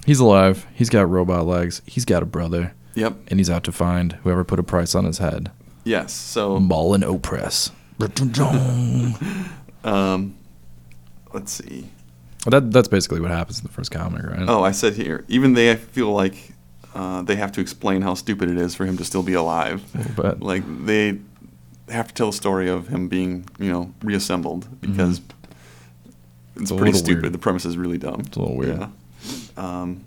S2: he's alive. He's got robot legs. He's got a brother,
S1: yep.
S2: and he's out to find whoever put a price on his head.
S1: Yes. So
S2: Maul and oppress.
S1: let's see.
S2: That that's basically what happens in the first comic, right?
S1: Oh, I said here. Even they feel like uh, they have to explain how stupid it is for him to still be alive.
S2: But
S1: Like they have to tell the story of him being, you know, reassembled because it's,
S2: Mm-hmm. a
S1: pretty
S2: little
S1: stupid.
S2: weird.
S1: The premise is really dumb.
S2: a little weird.
S1: Yeah. Um,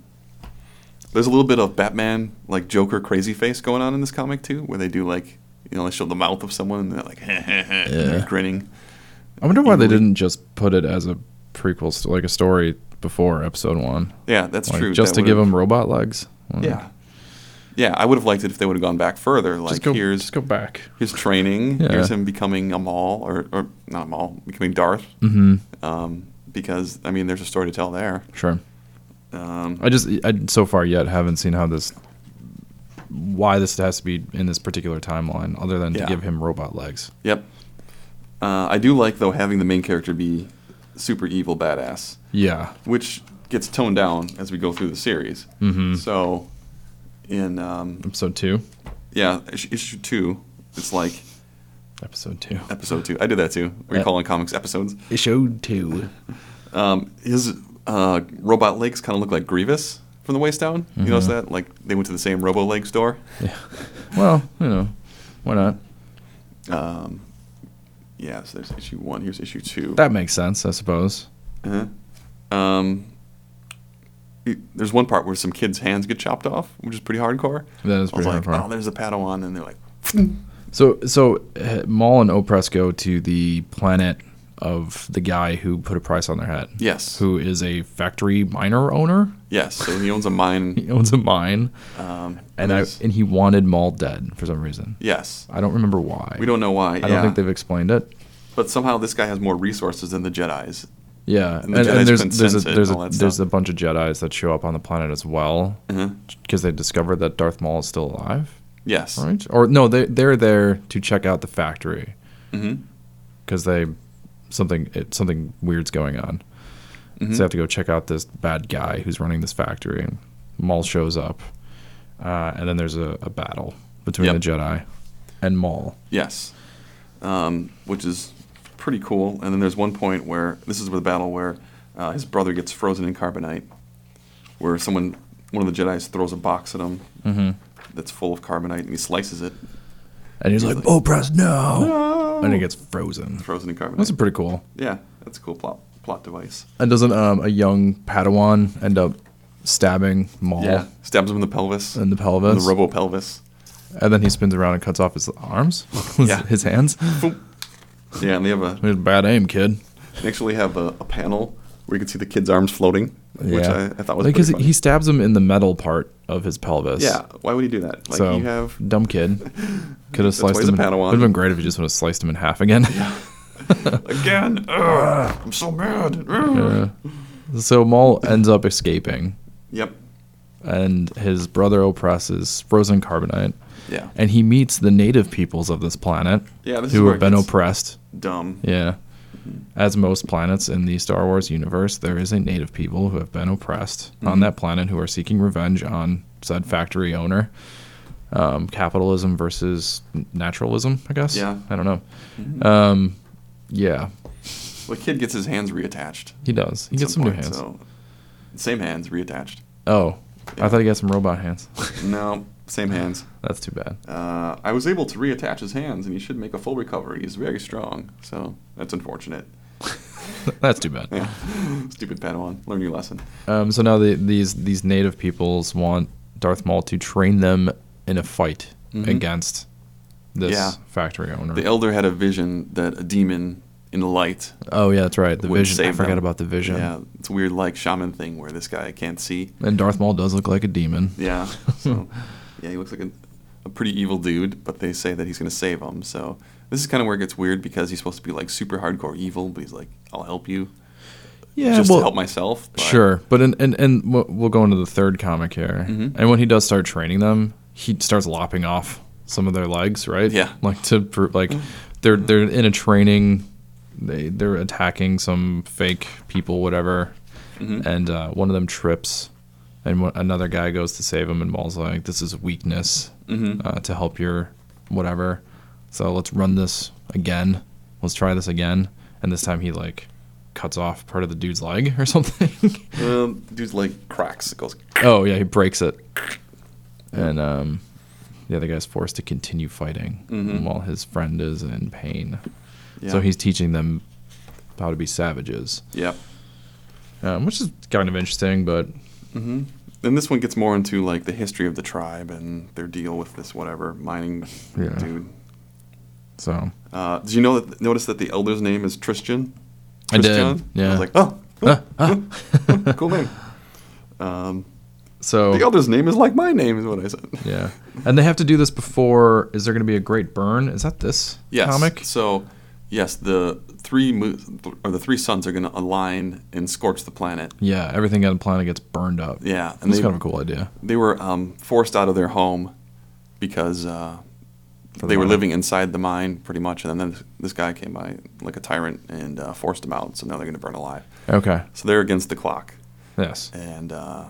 S1: there's a little bit of Batman, like Joker, crazy face going on in this comic too, where they do like, you know, they show the mouth of someone and they're like, and they're
S2: Yeah.
S1: grinning.
S2: I wonder why they
S1: Evilly-
S2: didn't just put it as a prequel, st- like a story before episode one,
S1: Yeah, that's
S2: like
S1: true.
S2: just
S1: That
S2: to give
S1: would've-
S2: him robot legs. Like,
S1: Yeah. Yeah, I would have liked it if they would have gone back further. Like
S2: just go,
S1: here's
S2: just go back.
S1: his training.
S2: Yeah.
S1: Here's him becoming a Maul, or, or not a Maul, becoming Darth. Mm-hmm. Um, because I mean, there's a story to tell there.
S2: Sure.
S1: Um,
S2: I just I so far yet haven't seen how this why this has to be in this particular timeline other than
S1: Yeah.
S2: to give him robot legs.
S1: yep. Uh, I do like though having the main character be super evil badass,
S2: Yeah.
S1: which gets toned down as we go through the series.
S2: Mm-hmm.
S1: So, in um,
S2: Episode 2.
S1: yeah, iss- issue two, it's like
S2: Episode 2.
S1: episode two. I did that too. We're
S2: Yeah.
S1: calling comics episodes.
S2: Episode 2.
S1: his uh, robot legs kind of look like Grievous from the waist down.
S2: Mm-hmm.
S1: You notice that? Like they went to the same Robo Leg store.
S2: Well, you know, why not?
S1: Yeah, so there's issue one. Here's issue two.
S2: That makes sense, I suppose.
S1: um, it- there's one part where some kids' hands get chopped off, which is pretty hardcore.
S2: That is
S1: I was
S2: pretty
S1: like,
S2: hardcore.
S1: oh, there's a Padawan, and they're like,
S2: So so uh, Maul and Opress go to the planet of the guy who put a price on their head.
S1: yes,
S2: Who is a factory miner owner?
S1: yes. So he owns a mine.
S2: He owns a mine,
S1: Um,
S2: and I,
S1: there's-
S2: and he wanted Maul dead for some reason.
S1: yes,
S2: I don't remember why.
S1: we don't know why.
S2: I
S1: yeah.
S2: don't think they've explained it.
S1: But somehow this guy has more resources than the Jedi's.
S2: Yeah,
S1: And
S2: and,
S1: the Jedi's
S2: and there's
S1: couldn't
S2: there's a,
S1: sense it
S2: there's
S1: and all
S2: a
S1: that
S2: there's a
S1: stuff. Mm-hmm.
S2: bunch of Jedi's that show up on the planet as well because they discovered that Darth Maul is still alive,
S1: Yes,
S2: right? Or no, they they're there to check out the factory
S1: Mm-hmm.
S2: because they something it, something weird's going on.
S1: Mm-hmm.
S2: So they have to go check out this bad guy who's running this factory. And Maul shows up, uh, and then there's a, a battle between
S1: Yep.
S2: the Jedi and Maul.
S1: Yes, um, which is pretty cool. And then there's one point where this is where the battle where uh, his brother gets frozen in carbonite, where someone one of the Jedi's throws a box at him
S2: Mm-hmm.
S1: that's full of carbonite, and he slices it,
S2: And he's,
S1: He's
S2: like,
S1: like,
S2: "Oh, press no!" and he gets frozen.
S1: frozen in carbonite.
S2: That's pretty cool.
S1: yeah, that's a cool plot plot device.
S2: And doesn't um, a young Padawan end up stabbing Maul
S1: Yeah, stabs him in the pelvis,
S2: in the
S1: in
S2: pelvis?
S1: the robo pelvis.
S2: and then he spins around and cuts off his arms, his,
S1: Yeah.
S2: his hands.
S1: Yeah, and they have a
S2: He had Bad aim, kid.
S1: they actually have a, a panel where you can see the kid's arms floating, which I, I thought was
S2: because
S1: pretty funny.
S2: he stabs him in the metal part of his pelvis.
S1: yeah, why would he do that? Like
S2: so
S1: you have
S2: dumb kid could have
S1: why
S2: sliced
S1: he's
S2: him.
S1: a Padawan.
S2: Would have been great if he just would have sliced him in half again.
S1: again. Ugh, I'm so mad. Ugh.
S2: so Maul ends up escaping,
S1: Yep.
S2: and his brother oppresses frozen carbonite,
S1: Yeah.
S2: and he meets the native peoples of this planet
S1: Yeah, this is
S2: who
S1: where
S2: have
S1: it
S2: been
S1: gets-
S2: oppressed.
S1: dumb.
S2: Yeah. As most planets in the Star Wars universe, there is a native people who have been oppressed
S1: Mm-hmm.
S2: on that planet who are seeking revenge on said factory owner. Um, capitalism versus n- naturalism, I guess.
S1: Yeah. Mm-hmm.
S2: I don't know. Um, yeah,
S1: The kid gets his hands reattached.
S2: he does. He
S1: at
S2: gets some new
S1: point,
S2: hands.
S1: so- same hands reattached.
S2: Oh,
S1: Yeah.
S2: I thought he got some robot hands.
S1: No, same hands.
S2: That's too bad.
S1: Uh, I was able to reattach his hands, and he should make a full recovery. He's very strong, so that's unfortunate.
S2: That's too bad.
S1: Stupid Padawan, learn your lesson.
S2: Um, so now the, these these native peoples want Darth Maul to train them in a fight against this
S1: Mm-hmm. Yeah.
S2: factory owner.
S1: The elder had a vision that a demon in the light.
S2: Oh yeah, that's right. The
S1: would
S2: vision. I
S1: save
S2: forgot
S1: them.
S2: about the vision.
S1: Yeah, it's a weird like shaman thing where this guy can't see.
S2: And Darth Maul does look like a demon.
S1: Yeah. So, yeah, he looks like a, a pretty evil dude, but they say that he's going to save him. So this is kind of where it gets weird because he's supposed to be like super hardcore evil, but he's like, I'll help you
S2: Yeah,
S1: just
S2: well,
S1: to help myself. but-
S2: sure. But and and and we'll- we'll go into the third comic here. And when he does start training them, he starts lopping off some of their legs, right?
S1: Yeah.
S2: Like to prove, like they're they're in a training they they're attacking some fake people, whatever, and uh, one of them trips, and one, another guy goes to save him, and Maul's like, "This is weakness uh, to help your whatever." So let's run this again. Let's try this again, and this time he like cuts off part of the dude's leg or something.
S1: Um, dude's leg cracks. It goes.
S2: oh yeah, he breaks it, and um, the other guy's forced to continue fighting while his friend is in pain.
S1: Mm-hmm. Yeah.
S2: So he's teaching them how to be savages,
S1: Yeah.
S2: um, which is kind of interesting. But
S1: And this one gets more into like the history of the tribe and their deal with this whatever mining
S2: Yeah.
S1: dude.
S2: so
S1: Uh, did you know that, notice that the elder's name is Tristan?
S2: I did,
S1: I
S2: yeah. Ah,
S1: was like, oh, cool, cool, cool name.
S2: so
S1: The elder's name is like my name, is what I said.
S2: yeah, and they have to do this before. Is there going to be a great burn? Is that this
S1: Yes.
S2: comic?
S1: So, yes, the three mo- or the three suns are going to align and scorch the planet.
S2: Yeah, everything on the planet gets burned up.
S1: Yeah, and
S2: and it's
S1: they-
S2: kind of a cool idea.
S1: They were um, forced out of their home because uh,
S2: For the
S1: they were
S2: mine.
S1: living inside the mine pretty much, and then this, this guy came by like a tyrant and uh, forced them out. So now they're going to burn alive.
S2: Okay.
S1: So they're against the clock,
S2: Yes.
S1: and uh,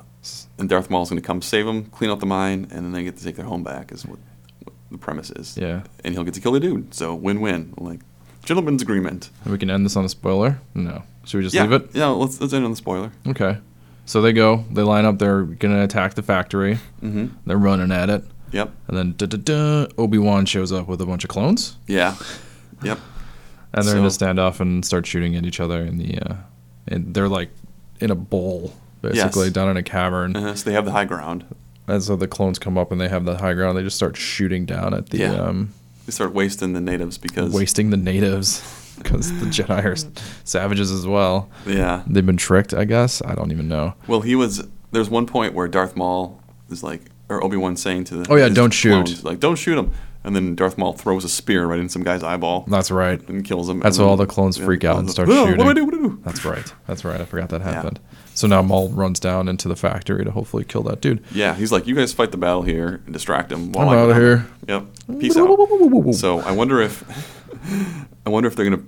S1: and Darth Maul's going to come save them, clean up the mine, and then they get to take their home back. Is what, what the premise is.
S2: Yeah.
S1: And he'll get to kill the dude. So win-win, like gentleman's agreement.
S2: And we can end this on a spoiler. No. Should we just
S1: yeah.
S2: leave it?
S1: Yeah. Let's let's end on the spoiler.
S2: Okay. So they go. They line up. They're gonna attack the factory. Mm-hmm. They're running at it,
S1: Yep.
S2: and then da da da. Obi Wan shows up with a bunch of clones,
S1: Yeah. Yep.
S2: and they're in a
S1: So-
S2: standoff and start shooting at each other. In the, uh, and they're like in a bowl, basically
S1: Yes.
S2: down in a cavern.
S1: Uh, so they have the high ground.
S2: And so the clones come up and they have the high ground. They just start shooting down at the,
S1: Yeah.
S2: um,
S1: They start wasting the natives because
S2: wasting the natives because the Jedi are s- savages as well.
S1: yeah.
S2: They've been tricked, I guess. I don't even know.
S1: Well, he was. There's one point where Darth Maul is like, or Obi Wan saying to the
S2: Oh, yeah,
S1: his
S2: don't shoot.
S1: clones, like don't shoot him, and then Darth Maul throws a spear right in some guy's eyeball
S2: That's right.
S1: and kills him.
S2: That's
S1: and
S2: why all
S1: then-
S2: the clones
S1: yeah,
S2: freak out and
S1: clones
S2: start
S1: are, "Ah, What
S2: shooting.
S1: do I do? What do I do?
S2: That's right. That's right. I forgot that happened. So now Maul runs down into the factory to hopefully kill that dude.
S1: Yeah, he's like, you guys fight the battle here and distract him. While
S2: I'm
S1: go
S2: outta
S1: down
S2: here."
S1: there." Yep. Peace out. So I wonder if, I wonder if they're gonna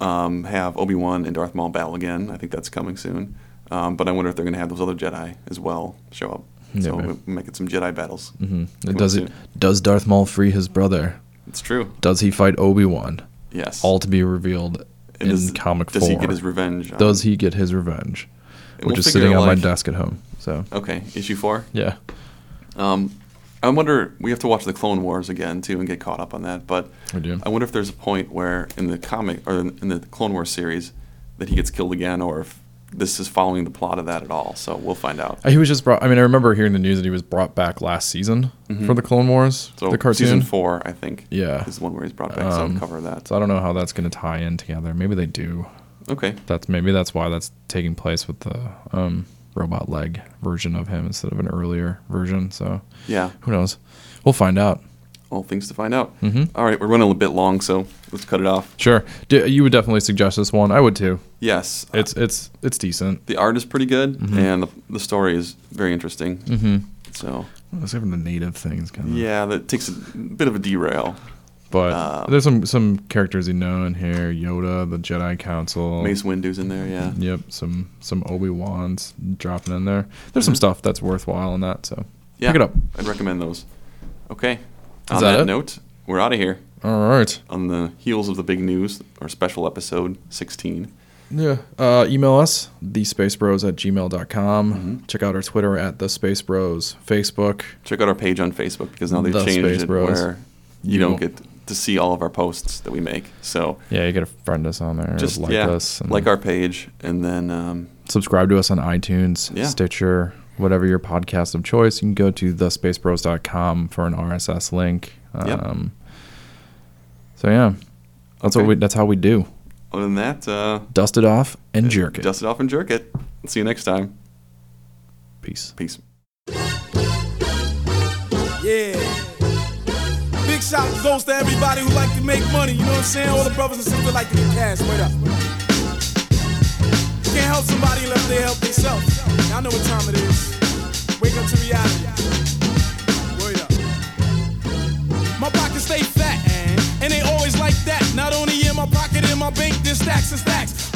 S1: um, have Obi Wan and Darth Maul battle again. I think that's coming soon. Um, but I wonder if they're gonna have those other Jedi as well show up. so
S2: Maybe.
S1: we make it some Jedi battles.
S2: It
S1: Come
S2: does
S1: on,
S2: it. Does Darth Maul free his brother?
S1: It's true.
S2: Does he fight Obi Wan?
S1: Yes.
S2: All to be revealed
S1: And
S2: in
S1: does-
S2: comic
S1: Does
S2: form.
S1: he get his revenge? on-
S2: Does he get his revenge?
S1: we'll
S2: Which is
S1: figure
S2: sitting
S1: out,
S2: on my
S1: like-
S2: desk at home. So
S1: Okay, issue four.
S2: yeah,
S1: I wonder. We have to watch the Clone Wars again too and get caught up on that. But
S2: We do.
S1: I wonder if there's a point where in the comic or in in the Clone Wars series that he gets killed again, or if this is following the plot of that at all. So we'll find out.
S2: he was just brought. I mean, I remember hearing the news that he was brought back last season for the Clone Wars,
S1: Mm-hmm. So
S2: the cartoon.
S1: season four, I think.
S2: Yeah. Um,
S1: is the one where he's brought back. so I'll cover that.
S2: So I don't know how that's going to tie in together. Maybe they do.
S1: Okay.
S2: That's maybe that's why that's taking place with the um, robot leg version of him instead of an earlier version. So
S1: Yeah.
S2: who knows? We'll find out.
S1: All things to find out. Mm-hmm. right, we're running a bit long, so let's cut it off.
S2: Sure, D- you would definitely suggest this one. I would too.
S1: Yes,
S2: It's Mm-hmm. it's it's decent.
S1: the art is pretty good, and the, the story is very interesting. Mm-hmm. So
S2: Except for the native things, kind of.
S1: yeah, that takes a bit of a derail.
S2: But
S1: um,
S2: there's some some characters you know in here: Yoda, the Jedi Council.
S1: Mace Windu's in there, yeah.
S2: Yep, some some Obi Wan's dropping in there. There's some stuff that's worthwhile in that. So
S1: Mm-hmm. yeah.
S2: pick it up.
S1: I'd recommend those. Okay. On
S2: that
S1: that,
S2: it?
S1: note, we're out of here.
S2: All right.
S1: On the heels of the big news, our special episode 16.
S2: Yeah. Uh, email us, thespacebros at gmail.com.
S1: Mm-hmm.
S2: Check out our Twitter at the Space Bros, Facebook.
S1: Check out our page on Facebook because now they've
S2: The
S1: changed
S2: Space
S1: it
S2: Bros.
S1: where you don't
S2: You-
S1: get to see all of our posts that we make. So
S2: Yeah, you got to friend us on there.
S1: just
S2: like
S1: yeah,
S2: us. and
S1: like our page, and then um,
S2: subscribe to us on iTunes,
S1: Yeah.
S2: Stitcher, whatever your podcast of choice. You can go to thespacebros.com for an RSS link.
S1: Yep.
S2: Um, So yeah, that's
S1: Okay.
S2: what we. That's how we do.
S1: other than that, uh,
S2: Dust it off and jerk it.
S1: dust it off and jerk it. See you next time.
S2: Peace.
S1: Peace.
S6: Yeah. Big shout goes to everybody who like to make money. You know what I'm saying? All the brothers and sisters like to get cash. Wait up. Can't help somebody unless they help themselves. Y'all know what time it is. Wake up to reality. Word up. My pockets stay fat, and they always like that. Not only in my pocket, in my bank, this, stacks and stacks